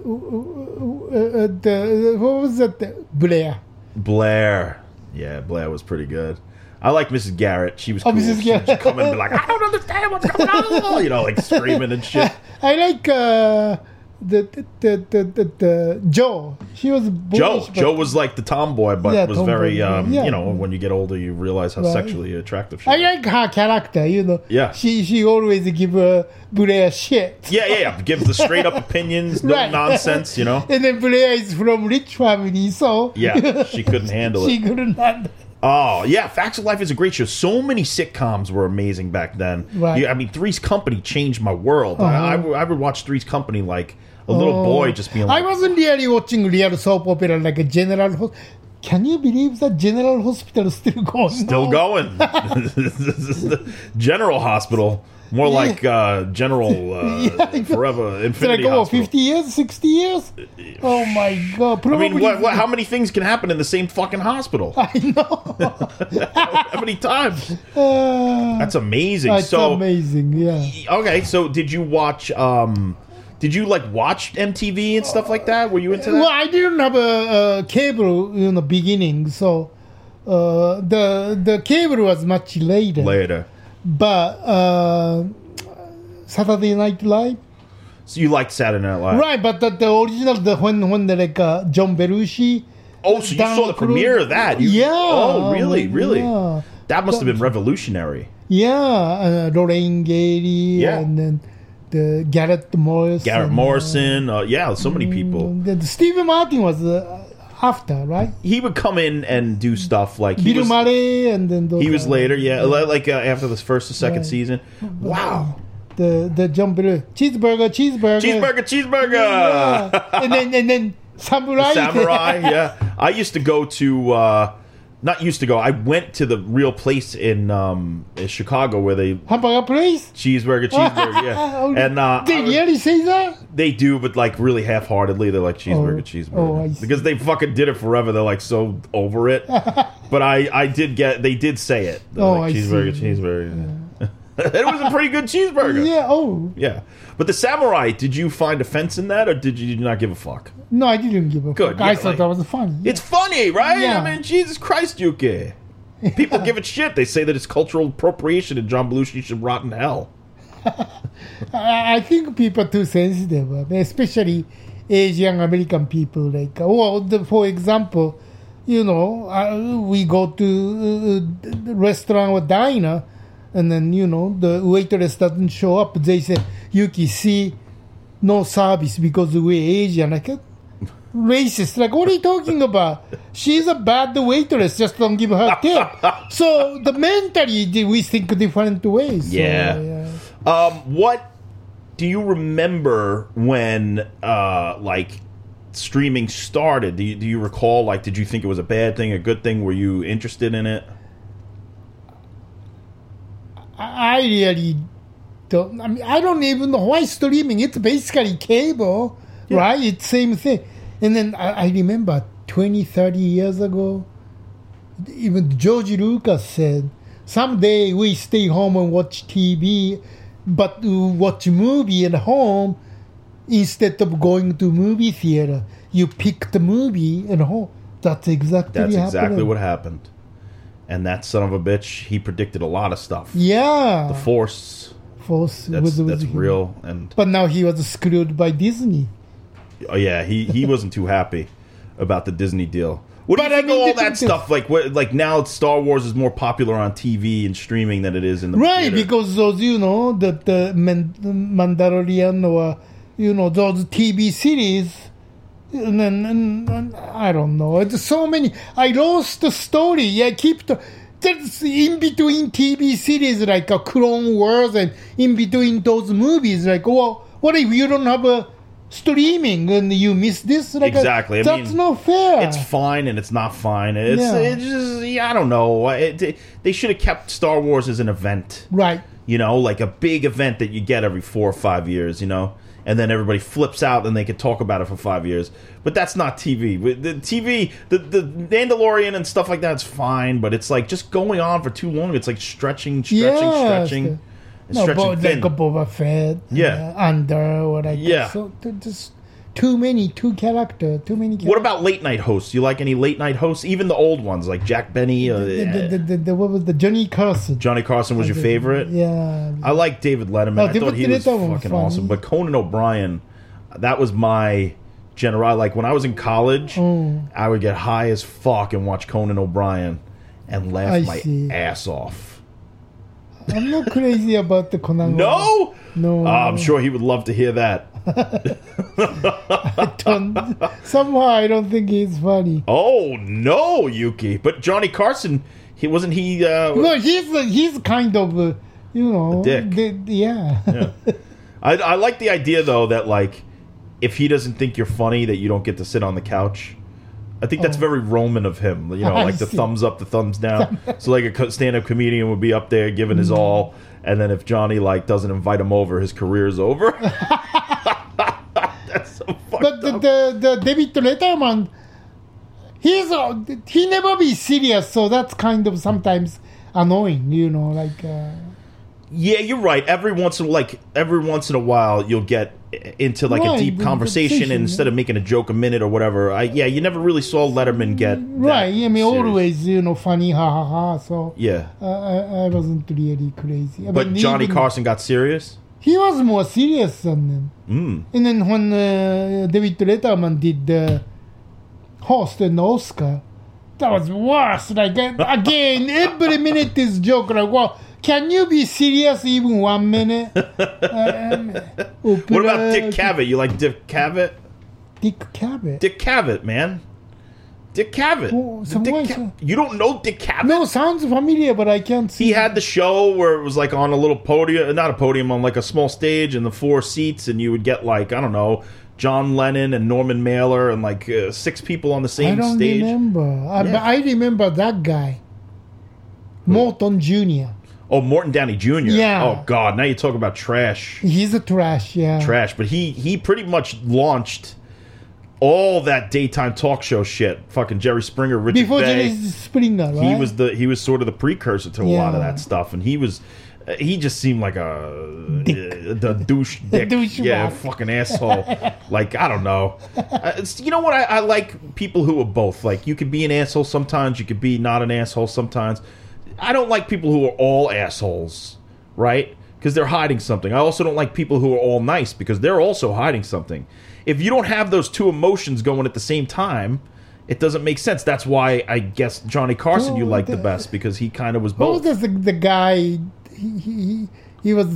Speaker 3: uh, uh, the what was that? The- Blair.
Speaker 2: Blair. Yeah, Blair was pretty good. I like Mrs. Garrett. She was
Speaker 3: Oh,
Speaker 2: cool.
Speaker 3: Mrs.
Speaker 2: She would
Speaker 3: Garrett.
Speaker 2: come in and be like, I don't understand what's going on. You know, like screaming and shit.
Speaker 3: I like uh, the, the, the, the, the the Joe. She was
Speaker 2: Joe.
Speaker 3: British, but-
Speaker 2: Joe was like the tomboy, but
Speaker 3: Yeah,
Speaker 2: was
Speaker 3: tomboy,
Speaker 2: very,
Speaker 3: yeah.
Speaker 2: um,
Speaker 3: Yeah.
Speaker 2: you know, when you get older, you realize how
Speaker 3: Right.
Speaker 2: sexually attractive she
Speaker 3: I
Speaker 2: is.
Speaker 3: like her character, you know.
Speaker 2: Yeah.
Speaker 3: She she always give uh, Blair shit.
Speaker 2: Yeah, yeah, yeah. Gives the straight up opinions, no
Speaker 3: Right.
Speaker 2: nonsense, you know?
Speaker 3: And then Blair is from rich family, so
Speaker 2: Yeah, she couldn't handle it.
Speaker 3: she couldn't handle.
Speaker 2: Oh yeah, Facts of Life is a great show. So many sitcoms were amazing back then.
Speaker 3: Right. Uh-huh.
Speaker 2: Yeah, I mean, Three's Company changed my world. I, I, would- I would watch Three's Company like a little boy just being
Speaker 3: Oh. I
Speaker 2: like,
Speaker 3: wasn't really watching real soap opera like a general. Hos- Can you believe that General Hospital is still going?
Speaker 2: still
Speaker 3: on?
Speaker 2: going. General Hospital, more like uh, General uh,
Speaker 3: Yeah.
Speaker 2: Forever
Speaker 3: It's like
Speaker 2: Infinity
Speaker 3: oh,
Speaker 2: Hospital. Uh,
Speaker 3: 50 years, 60 years. Oh my god!
Speaker 2: I
Speaker 3: Probably,
Speaker 2: mean, what, what, how many things can happen in the same fucking hospital?
Speaker 3: I know.
Speaker 2: how many times?
Speaker 3: Uh,
Speaker 2: That's amazing.
Speaker 3: that's
Speaker 2: so
Speaker 3: amazing. Yeah.
Speaker 2: okay, so did you watch? um Did you like watch MTV and stuff like that? Were you into that?
Speaker 3: Well, I didn't have a, a cable in the beginning, so uh, the the cable was much later.
Speaker 2: Later.
Speaker 3: But uh, Saturday Night Live,
Speaker 2: So you liked Saturday Night Live,
Speaker 3: right? But the, the original, the when when the, like uh, John Belushi.
Speaker 2: Oh, so you
Speaker 3: Down
Speaker 2: saw the
Speaker 3: the road.
Speaker 2: premiere of that? You-
Speaker 3: Yeah.
Speaker 2: Oh, really? Really?
Speaker 3: Yeah.
Speaker 2: That must have been revolutionary.
Speaker 3: Yeah, uh, Lorraine Gary
Speaker 2: Yeah.
Speaker 3: and then the Garrett Morris.
Speaker 2: Garrett
Speaker 3: and,
Speaker 2: Morrison. Uh, yeah, so many people.
Speaker 3: and then Stephen Martin was uh, after, right?
Speaker 2: He would come in and do stuff like he
Speaker 3: Bill
Speaker 2: was.
Speaker 3: Murray and then those
Speaker 2: He was
Speaker 3: guys.
Speaker 2: later, yeah, li- like uh, after the first or second
Speaker 3: Right.
Speaker 2: season. Wow,
Speaker 3: the the jumper cheeseburger, cheeseburger,
Speaker 2: Cheeseburger, cheeseburger.
Speaker 3: Yeah. and then and then samurai.
Speaker 2: Samurai, yeah. I used to go to uh not used to go. I went to the real place in um in Chicago where they
Speaker 3: hamburger place.
Speaker 2: cheeseburger, cheeseburger,
Speaker 3: Oh,
Speaker 2: yeah. And uh
Speaker 3: they
Speaker 2: I was-
Speaker 3: really say that?
Speaker 2: they do, but like really half heartedly. They're like cheeseburger,
Speaker 3: Oh.
Speaker 2: cheeseburger,
Speaker 3: Oh, I see.
Speaker 2: because they fucking did it forever. They're like so over it. but I, I did get. They did say it. They're
Speaker 3: Oh,
Speaker 2: like,
Speaker 3: I
Speaker 2: cheeseburger,
Speaker 3: see.
Speaker 2: cheeseburger. it was a pretty good cheeseburger.
Speaker 3: Yeah. Oh
Speaker 2: Yeah. But the samurai, did you find offense in that, or did you not give a fuck?
Speaker 3: no, I didn't give a
Speaker 2: Good,
Speaker 3: fuck. I
Speaker 2: yeah,
Speaker 3: thought
Speaker 2: like-
Speaker 3: that was fun.
Speaker 2: It's funny, right?
Speaker 3: Yeah.
Speaker 2: I mean, Jesus Christ, Yuki. People give it shit. They say that it's cultural appropriation, and John Belushi should rot in hell.
Speaker 3: I, I think people too sensitive, uh, especially Asian American people. Like, or the, for example, you know, uh, we go to uh, the restaurant or diner, and then you know the waitress doesn't show up. They say, "Yuki, see, no service because we're Asian." Like. uh, Racist, like what are you talking about? She's a bad waitress, just don't give her tip. So the mentally we think different ways. So,
Speaker 2: Yeah. Um, what do you remember when uh, like streaming started? Do you, do you recall? Like, did you think it was a bad thing, a good thing? Were you interested in it?
Speaker 3: I I really don't. I mean, I don't even know why streaming. It's basically cable, right? It's same thing. And then I, I remember 20, 30 years ago, even George Lucas said, "Someday we stay home and watch TV, but we watch movie at home instead of going to movie theater. You pick the movie at home." That's exactly
Speaker 2: That's exactly
Speaker 3: happening.
Speaker 2: what happened. And that son of a bitch, he predicted a lot of stuff.
Speaker 3: Yeah,
Speaker 2: The Force,
Speaker 3: force
Speaker 2: that's
Speaker 3: was- was
Speaker 2: that's
Speaker 3: him.
Speaker 2: real. And
Speaker 3: But now he was screwed by Disney.
Speaker 2: oh yeah, he he wasn't too happy about the Disney deal. What do you
Speaker 3: But I
Speaker 2: think of
Speaker 3: mean,
Speaker 2: all
Speaker 3: they
Speaker 2: that
Speaker 3: could do-
Speaker 2: stuff? Like what? Like now, Star Wars is more popular on TV and streaming than it is in the
Speaker 3: Right,
Speaker 2: theater.
Speaker 3: because those, you know, the, the Man- Mandalorian or, you know, those TV series. And then, and, and I don't know. It's so many. I lost the story. I keep the. That's in between TV series like a Clone Wars and in between those movies. Like, well, what if you don't have a streaming and you miss this? Like,
Speaker 2: Exactly. I
Speaker 3: That's
Speaker 2: mean,
Speaker 3: not fair.
Speaker 2: it's fine and it's not fine. It's,
Speaker 3: Yeah.
Speaker 2: it's just yeah, I don't know. It, it- they should have kept Star Wars as an event,
Speaker 3: right.
Speaker 2: you know, like a big event that you get every four or five years, you know, and then everybody flips out and they could talk about it for five years. But that's not TV. With The TV, the the Mandalorian and stuff like that's fine, but it's like just going on for too long. It's like stretching, stretching,
Speaker 3: Yes.
Speaker 2: stretching, and
Speaker 3: No,
Speaker 2: stretching
Speaker 3: but
Speaker 2: thin.
Speaker 3: like a Boba Fett.
Speaker 2: Yeah.
Speaker 3: Uh, under or like
Speaker 2: Yeah.
Speaker 3: So t- just too many, too character, too many. Character.
Speaker 2: what about late night hosts? You like any late night hosts? Even the old ones, like Jack Benny. Uh,
Speaker 3: the, the, the, the, the- what was the Johnny Carson?
Speaker 2: Johnny Carson was your favorite.
Speaker 3: Yeah.
Speaker 2: I like David Letterman.
Speaker 3: Oh,
Speaker 2: I
Speaker 3: David
Speaker 2: thought he was
Speaker 3: Letterman was
Speaker 2: fucking
Speaker 3: funny.
Speaker 2: awesome. But Conan O'Brien, that was my general. Like when I was in college,
Speaker 3: Oh.
Speaker 2: I would get high as fuck and watch Conan O'Brien and laugh
Speaker 3: I
Speaker 2: my
Speaker 3: see.
Speaker 2: ass off.
Speaker 3: I'm not crazy about the Conan.
Speaker 2: No,
Speaker 3: No.
Speaker 2: Oh, I'm sure he would love to hear that.
Speaker 3: Don't- somehow I don't think he's funny.
Speaker 2: Oh no, Yuki. But Johnny Carson, he wasn't he. Uh,
Speaker 3: No, he's he's kind of uh, you know
Speaker 2: dick.
Speaker 3: the- yeah.
Speaker 2: I, I like the idea though that like if he doesn't think you're funny, that you don't get to sit on the couch. I think that's very Roman of him, you know,
Speaker 3: Oh. I
Speaker 2: like the
Speaker 3: see.
Speaker 2: thumbs up, the thumbs down. so like a co- stand-up comedian would be up there giving his
Speaker 3: Mm-hmm.
Speaker 2: all, and then if Johnny like doesn't invite him over, his career's over. that's so fucked
Speaker 3: But the,
Speaker 2: up.
Speaker 3: the the David Letterman, he's uh, he never be serious, so that's kind of sometimes annoying, you know, like. Uh,
Speaker 2: yeah, you're right. Every once in like every once in a while, you'll get i- into like a
Speaker 3: Right,
Speaker 2: deep
Speaker 3: the
Speaker 2: conversation, and
Speaker 3: conversation,
Speaker 2: instead of making a joke a minute or whatever. I, yeah, you never really saw Letterman get that
Speaker 3: Right, I mean,
Speaker 2: serious.
Speaker 3: always, you know, funny, ha ha ha. So
Speaker 2: Yeah,
Speaker 3: uh, I, I wasn't really crazy. I
Speaker 2: but
Speaker 3: mean,
Speaker 2: Johnny
Speaker 3: even-
Speaker 2: Carson got serious.
Speaker 3: He was more serious than them.
Speaker 2: Mm.
Speaker 3: And then when uh, David Letterman did the host and Oscar, that was worse. Like, uh, again, every minute is joke. Like, well, can you be serious even one minute? um,
Speaker 2: What about Dick Cavett? You like Dick Cavett?
Speaker 3: Dick Cavett.
Speaker 2: Dick Cavett, man. Dick Cavett.
Speaker 3: Who- some
Speaker 2: Dick
Speaker 3: way,
Speaker 2: Ca-
Speaker 3: some-
Speaker 2: you don't know Dick Cavett?
Speaker 3: No, sounds familiar, but I can't see.
Speaker 2: He had the show where it was like on a little podium, not a podium, on like a small stage and the four seats, and you would get like, I don't know, John Lennon and Norman Mailer and like uh, six people on the
Speaker 3: I
Speaker 2: same
Speaker 3: don't
Speaker 2: stage.
Speaker 3: remember. I, but I remember that guy, Morton Jr.
Speaker 2: Oh, Morton Downey Jr.
Speaker 3: Yeah.
Speaker 2: Oh, God. Now you talk about trash.
Speaker 3: He's a trash. Yeah.
Speaker 2: trash. But he he pretty much launched all that daytime talk show shit. Fucking Jerry Springer, Richard
Speaker 3: Before
Speaker 2: Bay.
Speaker 3: Jerry Springer, right?
Speaker 2: he was the he was sort of the precursor to a lot of
Speaker 3: Yeah.
Speaker 2: that stuff, and he was. uh, He just seemed like a uh, the douche dick,
Speaker 3: douchebag.
Speaker 2: yeah, fucking asshole. like I don't know, Uh, it's, you know what? I, I like people who are both. Like you could be an asshole sometimes, you could be not an asshole sometimes. I don't like people who are all assholes, right? Because they're hiding something. I also don't like people who are all nice because they're also hiding something. If you don't have those two emotions going at the same time, it doesn't make sense. That's why I guess Johnny Carson you
Speaker 3: Oh,
Speaker 2: like the
Speaker 3: the-
Speaker 2: best because he kind of was
Speaker 3: What was
Speaker 2: both.
Speaker 3: this, the, the guy? He, he, he was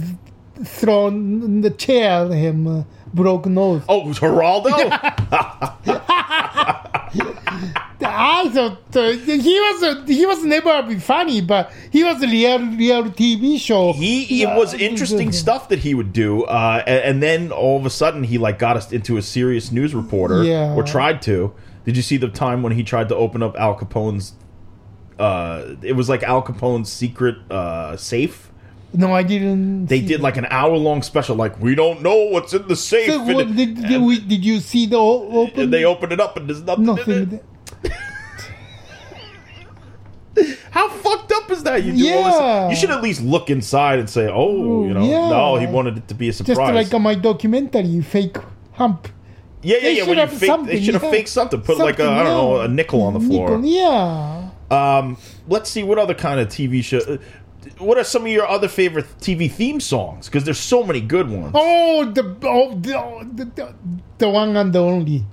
Speaker 3: thrown in the chair. Him uh, broke nose.
Speaker 2: Oh, it was Geraldo?
Speaker 3: I thought uh, he was uh, he was never be funny, but he was a real real TV show.
Speaker 2: he it was interesting stuff that he would do, uh, a- and, then all of a sudden he like got us into a serious news reporter,
Speaker 3: Yeah.
Speaker 2: or tried to. Did you see the time when he tried to open up Al Capone's? Uh, it was like Al Capone's secret uh, safe.
Speaker 3: No, I didn't.
Speaker 2: They
Speaker 3: see-
Speaker 2: did like an hour long special, like we don't know what's in the safe.
Speaker 3: So
Speaker 2: and,
Speaker 3: what, did, did, we, did you see the o- open?
Speaker 2: and they opened it up and there's nothing. in it.
Speaker 3: nothing.
Speaker 2: How fucked up is that? You do all
Speaker 3: Yeah.
Speaker 2: this. You should at least look inside and say, "Oh, you know,
Speaker 3: yeah.
Speaker 2: no, he wanted it to be a surprise."
Speaker 3: Just like on my documentary, fake hump.
Speaker 2: yeah, yeah,
Speaker 3: they
Speaker 2: yeah.
Speaker 3: should
Speaker 2: When you
Speaker 3: have
Speaker 2: fake, they
Speaker 3: something,
Speaker 2: should have
Speaker 3: yeah.
Speaker 2: faked something. Put like a,
Speaker 3: Something,
Speaker 2: I don't know,
Speaker 3: yeah.
Speaker 2: a nickel on the floor.
Speaker 3: Nickel, yeah.
Speaker 2: Um, let's see what other kind of TV show. uh, What are some of your other favorite TV theme songs? Because there's so many good ones.
Speaker 3: Oh, the oh, the, oh, the, the, the one and the only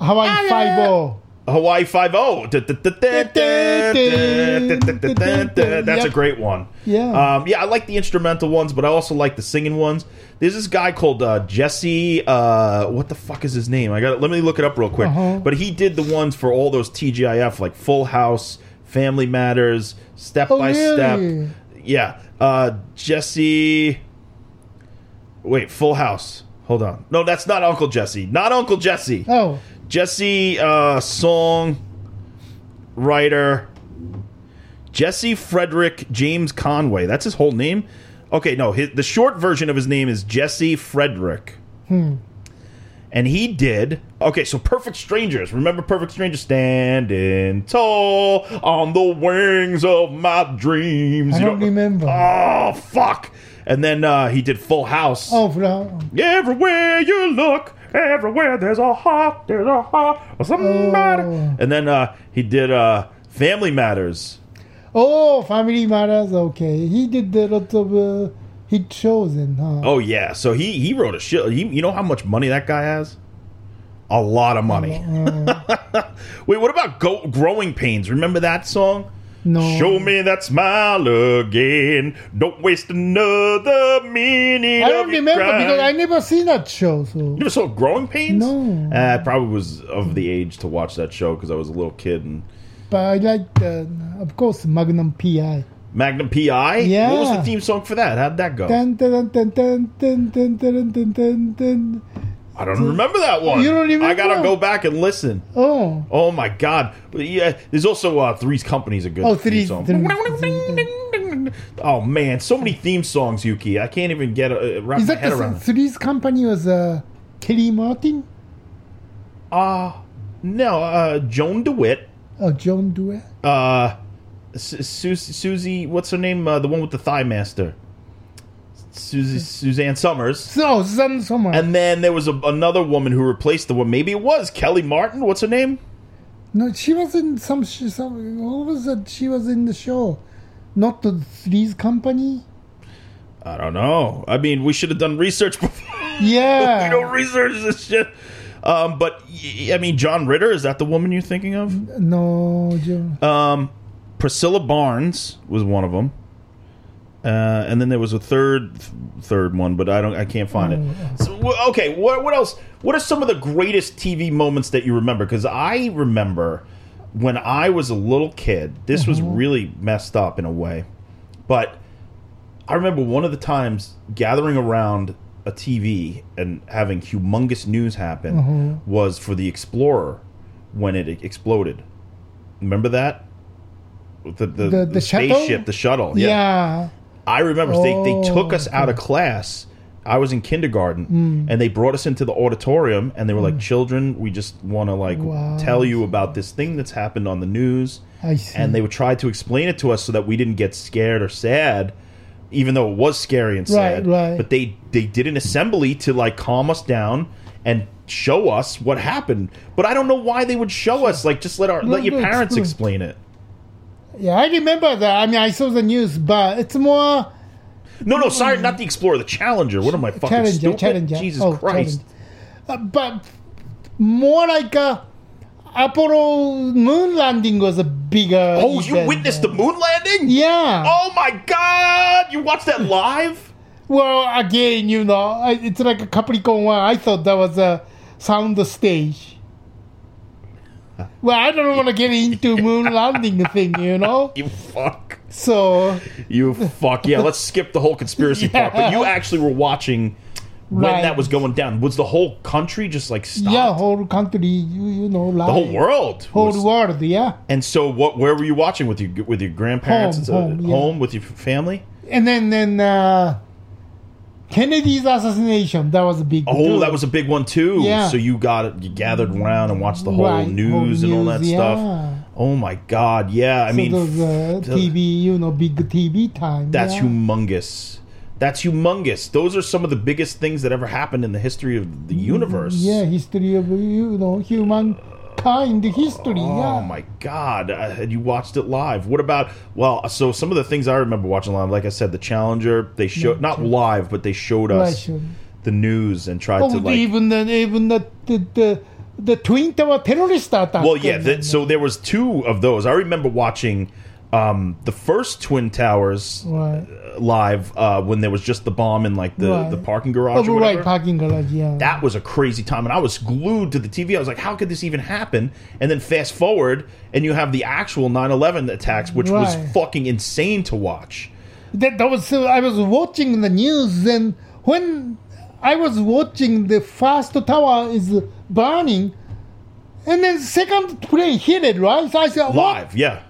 Speaker 3: Hawaii Five O.
Speaker 2: Hawaii Five O. That's a great one.
Speaker 3: Yeah.
Speaker 2: Um, yeah, I like the instrumental ones, but I also like the singing ones. There's this guy called uh, Jesse. Uh, what the fuck is his name? I got. Let me look it up real quick.
Speaker 3: Uh-huh.
Speaker 2: But he did the ones for all those TGIF, like Full House, Family Matters, Step
Speaker 3: Oh,
Speaker 2: by
Speaker 3: really?
Speaker 2: Step. Yeah. Uh, Jesse. Wait, Full House. Hold on. No, that's not Uncle Jesse. Not Uncle Jesse.
Speaker 3: Oh,
Speaker 2: Jesse uh, song writer Jesse Frederick James Conway. That's his whole name. Okay, no, his, the short version of his name is Jesse Frederick.
Speaker 3: Hmm.
Speaker 2: And he did. Okay, so Perfect Strangers. Remember Perfect Strangers? Standing tall on the wings of my dreams.
Speaker 3: I
Speaker 2: You
Speaker 3: don't remember.
Speaker 2: Oh, fuck. And then uh, he did Full House.
Speaker 3: oh, from,
Speaker 2: Everywhere you look, everywhere there's a heart, there's a heart or somebody.
Speaker 3: Oh.
Speaker 2: And then uh, he did uh, Family Matters.
Speaker 3: oh, Family Matters. Okay, he did a lot of uh, hit shows and. Huh?
Speaker 2: Oh yeah, so he he wrote a shit. He, you know how much money that guy has? A lot of money. Wait, what about Go- Growing Pains? Remember that song?
Speaker 3: No.
Speaker 2: Show me that smile again. Don't waste another minute.
Speaker 3: I don't
Speaker 2: of your
Speaker 3: remember
Speaker 2: crying.
Speaker 3: because I never seen that show. So
Speaker 2: You never saw Growing Pains?
Speaker 3: No.
Speaker 2: Uh, I probably was of the age to watch that show because I was a little kid. And
Speaker 3: But I like, uh, of course, Magnum PI.
Speaker 2: Magnum PI?
Speaker 3: Yeah.
Speaker 2: What was the theme song for that? How'd that go?
Speaker 3: Dun, dun, dun, dun, dun, dun, dun, dun, dun, dun.
Speaker 2: I don't remember that one.
Speaker 3: You don't remember?
Speaker 2: I gotta go back and listen.
Speaker 3: Oh,
Speaker 2: Oh my god. Yeah, there's also uh, Three's Company's a good
Speaker 3: Oh,
Speaker 2: theme
Speaker 3: Three's-
Speaker 2: song.
Speaker 3: Three's-
Speaker 2: Oh man, so many theme songs, Yuki. I can't even get uh, wrap
Speaker 3: is
Speaker 2: my
Speaker 3: that
Speaker 2: head
Speaker 3: the
Speaker 2: around. it.
Speaker 3: Three's Company was uh, Kelly Martin?
Speaker 2: Uh no, uh, Joan DeWitt.
Speaker 3: Oh, John Dewey.
Speaker 2: Uh, Su- Su- Susie, what's her name? Uh, the one with the thigh master. Susie, Suzanne Summers.
Speaker 3: So, Susan Sommer.
Speaker 2: And then there was a, another woman who replaced the one. Maybe it was Kelly Martin. What's her name?
Speaker 3: no, she was in some, she, some. What was that? She was in the show. Not the Three's Company?
Speaker 2: I don't know. I mean, we should have done research before. we
Speaker 3: Yeah.
Speaker 2: don't research this shit. Um, but y- I mean, John Ritter is that the woman you're thinking of?
Speaker 3: no, John.
Speaker 2: Um, Priscilla Barnes was one of them. Uh, and then there was a third, th- third one, but I don't, I can't find it. So, wh- okay, what, what else? What are some of the greatest TV moments that you remember? Because I remember when I was a little kid, this was really messed up in a way. But I remember one of the times gathering around a TV and having humongous news happen was for the Explorer when it exploded. Remember that? The the,
Speaker 3: The- the shuttle?
Speaker 2: spaceship, the shuttle.
Speaker 3: Yeah.
Speaker 2: I remember they, they took
Speaker 3: Oh, Hmm.
Speaker 2: us out of class. I was in kindergarten, and they brought us into the auditorium, and they were like, "Children, we just want to like
Speaker 3: Wow.
Speaker 2: tell you about this thing that's happened on the news."
Speaker 3: I see.
Speaker 2: And they would try to explain it to us so that we didn't get scared or sad, even though it was scary and sad.
Speaker 3: right.
Speaker 2: But they they did an assembly to like calm us down and show us what happened. But I don't know why they would show us. Like, just let our let your
Speaker 3: no,
Speaker 2: parents
Speaker 3: explain.
Speaker 2: explain it.
Speaker 3: yeah, I remember that. I mean, I saw the news, but it's more
Speaker 2: No, no, sorry, not the Explorer, the Challenger. What am I fucking
Speaker 3: Mm. Challenger,
Speaker 2: stupid?
Speaker 3: Challenger.
Speaker 2: Jesus
Speaker 3: Oh,
Speaker 2: Christ!
Speaker 3: Uh, but more like a Apollo moon landing was a bigger.
Speaker 2: Oh, you
Speaker 3: event.
Speaker 2: witnessed the moon landing?
Speaker 3: Yeah.
Speaker 2: Oh my God! You watched that live?
Speaker 3: Well, again, you know, I- it's like a Capricorn one. I thought that was a sound stage. Well, I don't want to get into moon landing thing, you know.
Speaker 2: You fuck.
Speaker 3: So
Speaker 2: You fuck. Yeah, let's skip the whole conspiracy part. But you actually were watching when
Speaker 3: Right.
Speaker 2: that was going down. Was the whole country just like stopped?
Speaker 3: yeah, whole country, you you know, like,
Speaker 2: the whole world.
Speaker 3: whole
Speaker 2: was-
Speaker 3: world, yeah.
Speaker 2: And so, what? Where were you watching with your with your grandparents?
Speaker 3: Home,
Speaker 2: and so-
Speaker 3: home, yeah.
Speaker 2: home with your family?
Speaker 3: And then then uh, Kennedy's assassination, that was a big.
Speaker 2: Oh,
Speaker 3: deal.
Speaker 2: that was a big one too.
Speaker 3: Yeah.
Speaker 2: So you got it. You gathered around and watched the whole
Speaker 3: Right,
Speaker 2: news
Speaker 3: whole
Speaker 2: and all that
Speaker 3: news, yeah.
Speaker 2: stuff. Oh my God! Yeah, I
Speaker 3: So
Speaker 2: mean,
Speaker 3: those, uh,
Speaker 2: the-
Speaker 3: TV, you know, big TV time.
Speaker 2: that's
Speaker 3: yeah.
Speaker 2: humongous. That's humongous. Those are some of the biggest things that ever happened in the history of the universe.
Speaker 3: Mm, Yeah, history of you know humankind history.
Speaker 2: Oh
Speaker 3: yeah.
Speaker 2: my God! I- And you watched it live. What about? Well, so some of the things I remember watching live, like I said, the Challenger. They showed not live, but they showed
Speaker 3: Right,
Speaker 2: us
Speaker 3: sure.
Speaker 2: the news and tried
Speaker 3: Oh,
Speaker 2: to like
Speaker 3: even the even the the, the the twin tower terrorist attack.
Speaker 2: Well, yeah. That, so there was two of those. I remember watching um, the first Twin Towers
Speaker 3: right.
Speaker 2: uh, live uh, when there was just the bomb in like the,
Speaker 3: Right.
Speaker 2: the parking garage.
Speaker 3: Oh,
Speaker 2: or
Speaker 3: right,
Speaker 2: whatever.
Speaker 3: parking garage. Yeah.
Speaker 2: that was a crazy time, and I was glued to the TV. I was like, "How could this even happen?" And then fast forward, and you have the actual 9/11 attacks, which
Speaker 3: Right.
Speaker 2: was fucking insane to watch.
Speaker 3: that that was so I was watching the news and when I was watching the first tower is burning and then second plane hit it right so I said what
Speaker 2: Live, yeah.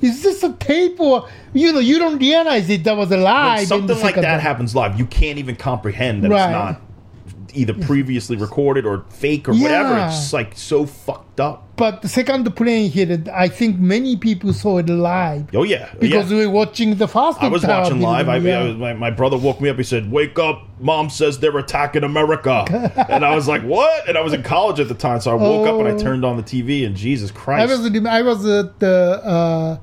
Speaker 3: is this a tape or you know you don't realize it that was a
Speaker 2: When
Speaker 3: live in the
Speaker 2: something like
Speaker 3: second
Speaker 2: that
Speaker 3: one.
Speaker 2: happens live, you can't even comprehend that
Speaker 3: Right.
Speaker 2: it's not either previously recorded or fake or whatever.
Speaker 3: Yeah.
Speaker 2: It's just like so fucked up.
Speaker 3: but the second plane hit it I think many people saw it live
Speaker 2: Oh yeah,
Speaker 3: because
Speaker 2: yeah.
Speaker 3: we were watching the first
Speaker 2: I was
Speaker 3: tower
Speaker 2: watching live. I,
Speaker 3: building,
Speaker 2: I
Speaker 3: yeah.
Speaker 2: was, my, my brother woke me up. He said, "Wake up! Mom says they're attacking America." and I was like, "What?" And I was in college at the time, so I woke up and I
Speaker 3: Oh.
Speaker 2: turned on the TV, and Jesus
Speaker 3: I
Speaker 2: Christ,
Speaker 3: was in- I was at the uh,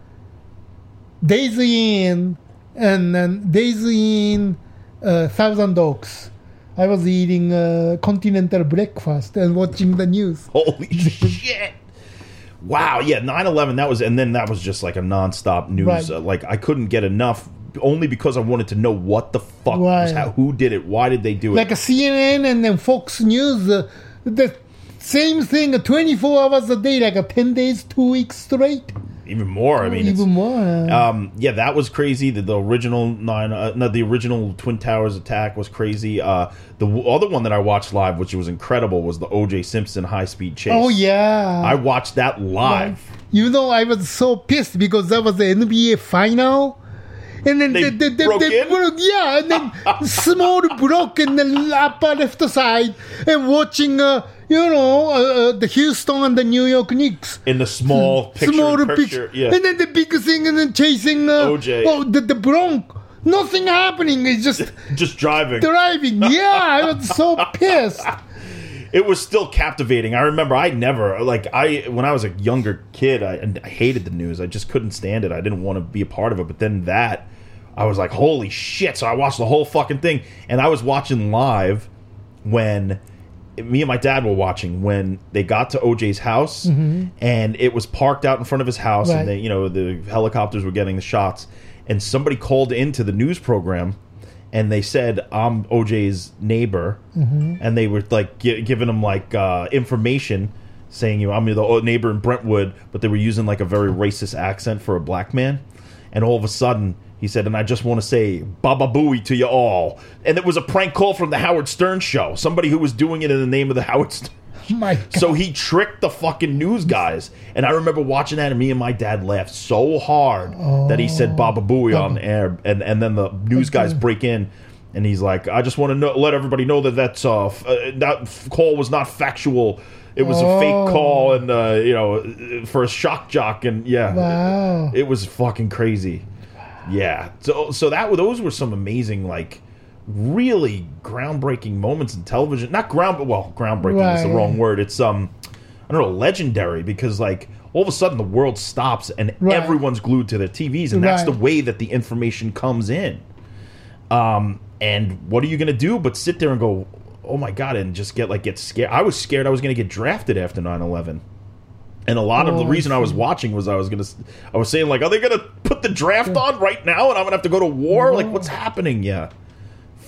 Speaker 3: Daisy Inn and then Daisy Inn uh, Thousand Oaks. I was eating uh, continental breakfast and watching the news.
Speaker 2: holy shit! Wow, yeah, 9-11, That was, and then that was just like a nonstop news.
Speaker 3: Right.
Speaker 2: Uh, like I couldn't get enough, only because I wanted to know what the fuck was
Speaker 3: Right.
Speaker 2: how, who did it, why did they do it?
Speaker 3: Like a CNN and then Fox News, uh, the same thing, uh, 24 hours a day, like a 10 days, two weeks straight.
Speaker 2: even more. I mean, it's-
Speaker 3: Oh, Even more. uh,
Speaker 2: Um, yeah, that was crazy. The, the original nine, uh, no, the original Twin Towers attack was crazy. Uh, the w- other one that I watched live, which was incredible, was the O.J. Simpson high speed chase.
Speaker 3: oh, yeah.
Speaker 2: I watched that live.
Speaker 3: You know, I was so pissed because that was the NBA final. And then
Speaker 2: They
Speaker 3: the, the, the,
Speaker 2: broke
Speaker 3: the-
Speaker 2: in?
Speaker 3: well, yeah, and then small block in the upper left side, and watching, uh, you know, uh, uh, the Houston and the New York Knicks.
Speaker 2: In the small picture,
Speaker 3: small
Speaker 2: picture, yeah.
Speaker 3: and then the big thing, and then chasing uh,
Speaker 2: OJ.
Speaker 3: Oh, the, the Bronx. Nothing happening. It's just
Speaker 2: just driving.
Speaker 3: driving. Yeah, I was so pissed.
Speaker 2: It was still captivating. I remember I never like I when I was a younger kid, I, and I hated the news. I just couldn't stand it. I didn't want to be a part of it. But then that, I was like, holy shit! So I watched the whole fucking thing, and I was watching live when me and my dad were watching when they got to OJ's house, and it was parked out in front of his house,
Speaker 3: Right.
Speaker 2: and they, you know the helicopters were getting the shots, and somebody called into the news program and they said I'm OJ's neighbor, and they were like gi- giving him like uh, information, saying you know, I'm the old neighbor in Brentwood, but they were using like a very racist accent for a black man, and all of a sudden. He said, and I just want to say Baba Booey to you all. And it was a prank call from the Howard Stern show. Somebody who was doing it in the name of the Howard Stern
Speaker 3: My God.
Speaker 2: so he tricked the fucking news guys. And I remember watching that, and me and my dad laughed so hard that he said Baba Booey on air. And, and then the news guys break in, and he's like, I just want to know, let everybody know that that's, uh, f- uh, that f- call was not factual. It was a
Speaker 3: Oh.
Speaker 2: fake call, and, uh, you know, for a shock jock. And yeah,
Speaker 3: Wow.
Speaker 2: it was fucking crazy. Yeah. So so that those were some amazing like really groundbreaking moments in television. Not ground well, groundbreaking is the
Speaker 3: Right.
Speaker 2: wrong word. It's um I don't know, legendary because like all of a sudden the world stops and
Speaker 3: Right.
Speaker 2: everyone's glued to their TVs and that's
Speaker 3: Right.
Speaker 2: the way that the information comes in. Um and what are you going to do but sit there and go, "Oh my god," and just get like get scared. I was scared I was going to get drafted after 9/11. And a lot of the
Speaker 3: Oh, I
Speaker 2: reason I was watching was I was gonna, I was saying like, are they gonna put the draft on right now, and I'm gonna have to go to war? Like, what's happening? Yeah,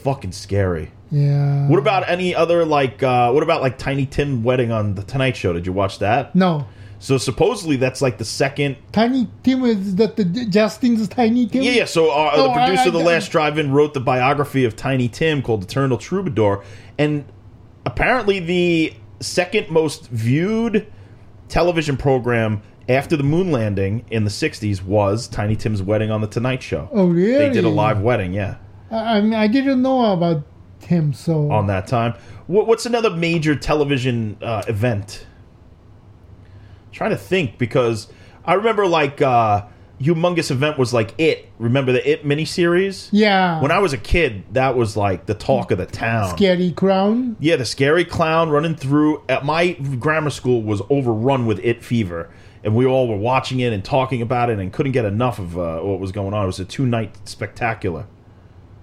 Speaker 2: fucking scary.
Speaker 3: yeah.
Speaker 2: What about any other like, uh, what about like Tiny Tim wedding on the Tonight Show? Did you watch that?
Speaker 3: No.
Speaker 2: So supposedly that's like the second.
Speaker 3: Tiny Tim is that the Justin's Tiny Tim?
Speaker 2: Yeah, yeah. So uh,
Speaker 3: Oh,
Speaker 2: the
Speaker 3: I-
Speaker 2: producer
Speaker 3: I-
Speaker 2: of the Last Drive-In wrote the biography of Tiny Tim called Eternal Troubadour, and apparently the second most viewed television program after the moon landing in the 60s was Tiny Tim's wedding on the Tonight Show.
Speaker 3: Oh, really?
Speaker 2: They did a live wedding, yeah,
Speaker 3: I, I mean, I didn't know about him, so.
Speaker 2: on that time. What, what's another major television uh, event? trying to think because I remember like uh humongous event was like it. Remember the it miniseries?
Speaker 3: yeah.
Speaker 2: When I was a kid, that was like the talk of the town.
Speaker 3: Scary Crown.
Speaker 2: Yeah, the scary clown running through. At my grammar school was overrun with it fever, and we all were watching it and talking about it, and couldn't get enough of uh, what was going on. It was a two night spectacular.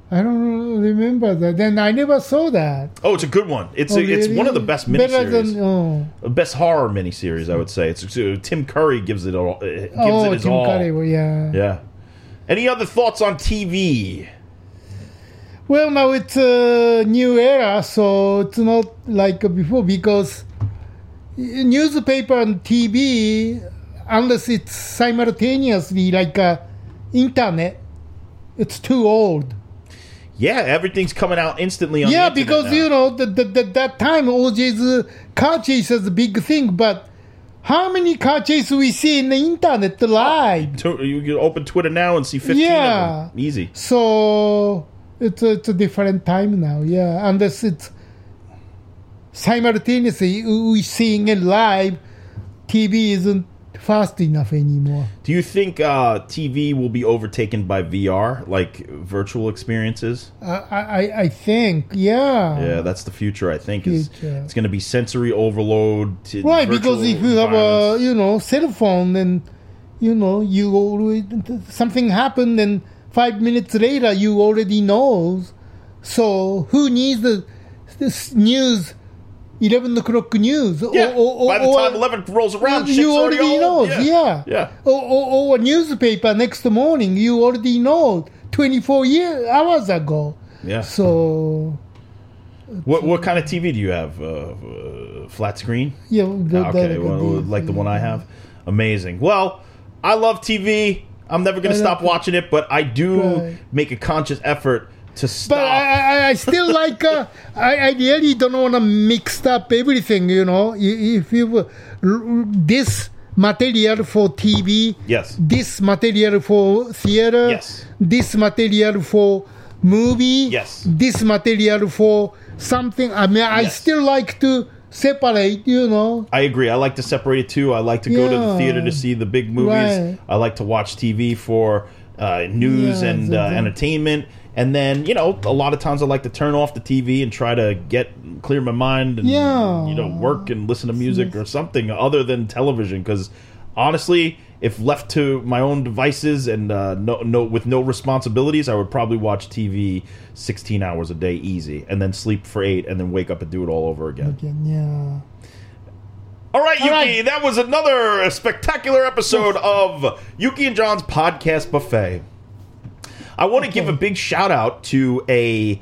Speaker 3: I don't remember that. Then I never saw that.
Speaker 2: Oh, it's a good one. It's
Speaker 3: Oh,
Speaker 2: a, it's one of the
Speaker 3: really?
Speaker 2: best
Speaker 3: Better
Speaker 2: miniseries,
Speaker 3: than oh,
Speaker 2: The best horror miniseries. I would say it's, it's- Tim Curry gives it all. uh, Gives
Speaker 3: oh
Speaker 2: it his
Speaker 3: Tim
Speaker 2: all.
Speaker 3: Curry. well, Yeah.
Speaker 2: Yeah. Any other thoughts on TV?
Speaker 3: Well, now it's a new era, so it's not like before because newspaper and TV, unless it's simultaneously like uh, internet, it's too old.
Speaker 2: Yeah, everything's coming out instantly on
Speaker 3: yeah,
Speaker 2: the internet
Speaker 3: because
Speaker 2: now.
Speaker 3: you know the, the, the, that time OJ's uh, car chase is a big thing, but how many car chases we see in the internet
Speaker 2: Oh,
Speaker 3: live?
Speaker 2: Tw- you can open Twitter now and see 15
Speaker 3: Yeah.
Speaker 2: of them. Easy.
Speaker 3: So it's a, it's a different time now, yeah. Unless it's simultaneously we seeing it live, TV isn't fast enough anymore.
Speaker 2: Do you think uh, TV will be overtaken by VR, like virtual experiences?
Speaker 3: I I, I- I think, yeah.
Speaker 2: yeah, that's the future. I think is
Speaker 3: Uh, Future.
Speaker 2: it's going to be sensory overload. To
Speaker 3: Why?
Speaker 2: virtual
Speaker 3: Because if you have a
Speaker 2: environments.
Speaker 3: you know cell phone, then you know you always something happened, and five minutes later you already knows. So who needs the this news? Eleven o'clock news.
Speaker 2: yeah, by the time eleven rolls around,
Speaker 3: you,
Speaker 2: shit's
Speaker 3: you already
Speaker 2: already
Speaker 3: know,
Speaker 2: old.
Speaker 3: yeah.
Speaker 2: yeah.
Speaker 3: Or, or, or a newspaper next morning, you already know 24 year, hours ago.
Speaker 2: Yeah.
Speaker 3: So,
Speaker 2: What what kind of TV do you have? Uh, uh, flat screen.
Speaker 3: yeah. the- the-
Speaker 2: okay,
Speaker 3: the-
Speaker 2: well, like the one I have. Amazing. Well, I love TV. I'm never going
Speaker 3: I
Speaker 2: to
Speaker 3: love
Speaker 2: stop watching it, but I do
Speaker 3: Right.
Speaker 2: make a conscious effort to stop.
Speaker 3: But I, I, I still like, uh, I, I really don't want to mix up everything, you know. I- If you, uh, this material for TV,
Speaker 2: yes.
Speaker 3: this material for theater,
Speaker 2: Yes.
Speaker 3: this material for movie,
Speaker 2: Yes.
Speaker 3: this material for something. I mean, I
Speaker 2: Yes.
Speaker 3: still like to separate, you know.
Speaker 2: I agree. I like to separate it too. I like to go to the
Speaker 3: Yeah.
Speaker 2: theater to see the big movies.
Speaker 3: Right.
Speaker 2: I like to watch TV for uh, news
Speaker 3: Yeah,
Speaker 2: and uh,
Speaker 3: exactly.
Speaker 2: entertainment. And then you know, a lot of times I like to turn off the TV and try to get clear my mind and
Speaker 3: Yeah.
Speaker 2: you know work and listen to music or something other than television. Because honestly, if left to my own devices and uh, no no with no responsibilities, I would probably watch TV sixteen hours a day easy, and then sleep for eight, and then wake up and do it all over again.
Speaker 3: Again, yeah.
Speaker 2: All right, Yuki,
Speaker 3: right.
Speaker 2: that was another spectacular episode of Yuki and John's Podcast Buffet. I want to give a big shout out to a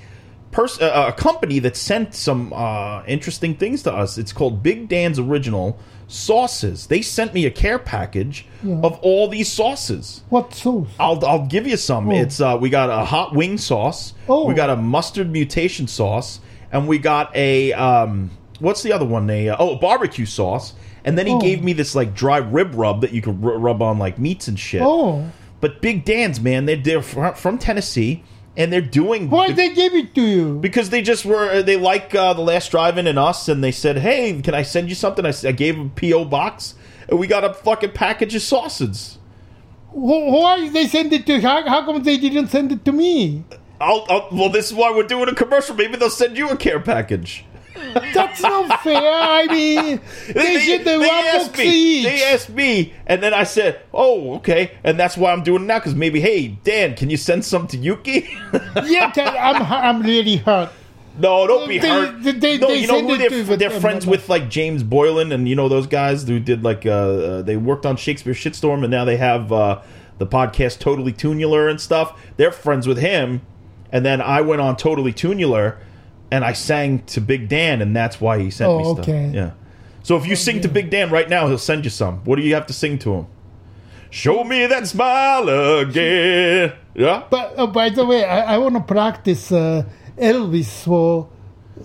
Speaker 2: pers- uh, a company that sent some uh, interesting things to us. It's called Big Dan's Original Sauces. They sent me a care package of all these sauces.
Speaker 3: What sauce?
Speaker 2: I'll, I'll give you some. It's uh, we got a hot wing sauce.
Speaker 3: Oh.
Speaker 2: We got a mustard mutation sauce, and we got a um, what's the other one? A uh, oh barbecue sauce. And then he
Speaker 3: Oh.
Speaker 2: gave me this like dry rib rub that you could r- rub on like meats and shit.
Speaker 3: Oh,
Speaker 2: But Big Dan's man, they're, they're fr- from Tennessee, and they're doing
Speaker 3: why
Speaker 2: the-
Speaker 3: they gave it to you?
Speaker 2: because they just were they like uh, the last drive-in and us, and they said, "Hey, can I send you something?" I, s- I gave them a PO box, and we got a fucking package of sauces.
Speaker 3: Wh- Why they send it to? How, how come they didn't send it to me?
Speaker 2: I'll, I'll, well, this is why we're doing a commercial. Maybe they'll send you a care package.
Speaker 3: That's not fair. I mean, they, should they, one box
Speaker 2: me.
Speaker 3: each.
Speaker 2: They asked me, and then I said, "Oh, okay," and that's why I'm doing it now. Because maybe, hey, Dan, can you send some to Yuki?
Speaker 3: yeah, that- I'm I'm really hurt.
Speaker 2: no, don't be
Speaker 3: They-
Speaker 2: hurt.
Speaker 3: they- they-
Speaker 2: no,
Speaker 3: they
Speaker 2: you know
Speaker 3: send
Speaker 2: who
Speaker 3: it
Speaker 2: they're,
Speaker 3: to
Speaker 2: they're
Speaker 3: them,
Speaker 2: friends
Speaker 3: but-
Speaker 2: with, like James Boylan, and you know those guys who did like uh, uh, they worked on Shakespeare Shitstorm, and now they have uh, the podcast Totally Tunular and stuff. They're friends with him, and then I went on Totally Tunular, and I sang to Big Dan, and that's why he sent
Speaker 3: Oh,
Speaker 2: me stuff.
Speaker 3: okay. Oh,
Speaker 2: Yeah. So if you sing to Big Dan right now, he'll send you some. What do you have to sing to him? Show me that smile again. Yeah.
Speaker 3: But uh, by the way, I, I want to practice uh, Elvis for.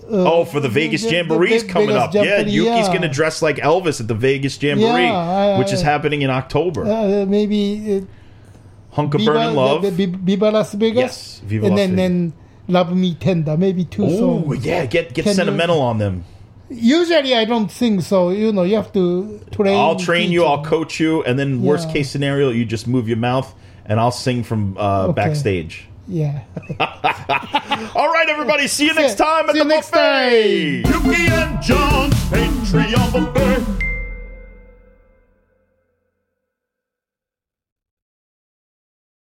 Speaker 2: Oh, for the Vegas
Speaker 3: the- the
Speaker 2: Jamboree's
Speaker 3: big-
Speaker 2: coming
Speaker 3: Vegas
Speaker 2: up. Yeah,
Speaker 3: Jamboree,
Speaker 2: Yuki's
Speaker 3: yeah.
Speaker 2: going to dress like Elvis at the Vegas Jamboree,
Speaker 3: Yeah, I-
Speaker 2: which is
Speaker 3: I-
Speaker 2: happening in October.
Speaker 3: Uh, maybe uh,
Speaker 2: Hunk of
Speaker 3: Viva,
Speaker 2: Burning Love.
Speaker 3: the- the Viva Las Vegas.
Speaker 2: Yes, Viva
Speaker 3: and
Speaker 2: Las
Speaker 3: then, then Love Me Tender, maybe two
Speaker 2: oh,
Speaker 3: songs.
Speaker 2: yeah, get, get
Speaker 3: Can you-
Speaker 2: sentimental on them.
Speaker 3: Usually I don't sing, so you know you have to train.
Speaker 2: I'll train you,
Speaker 3: teach
Speaker 2: I'll
Speaker 3: me.
Speaker 2: coach you, and then worst
Speaker 3: Yeah.
Speaker 2: case scenario, you just move your mouth and I'll sing from uh, backstage.
Speaker 3: Yeah.
Speaker 2: All right, everybody, see you next
Speaker 3: ya.
Speaker 2: time at
Speaker 3: See
Speaker 2: the
Speaker 3: you next
Speaker 2: buffet.
Speaker 1: Yuki and John's Patreon buffet.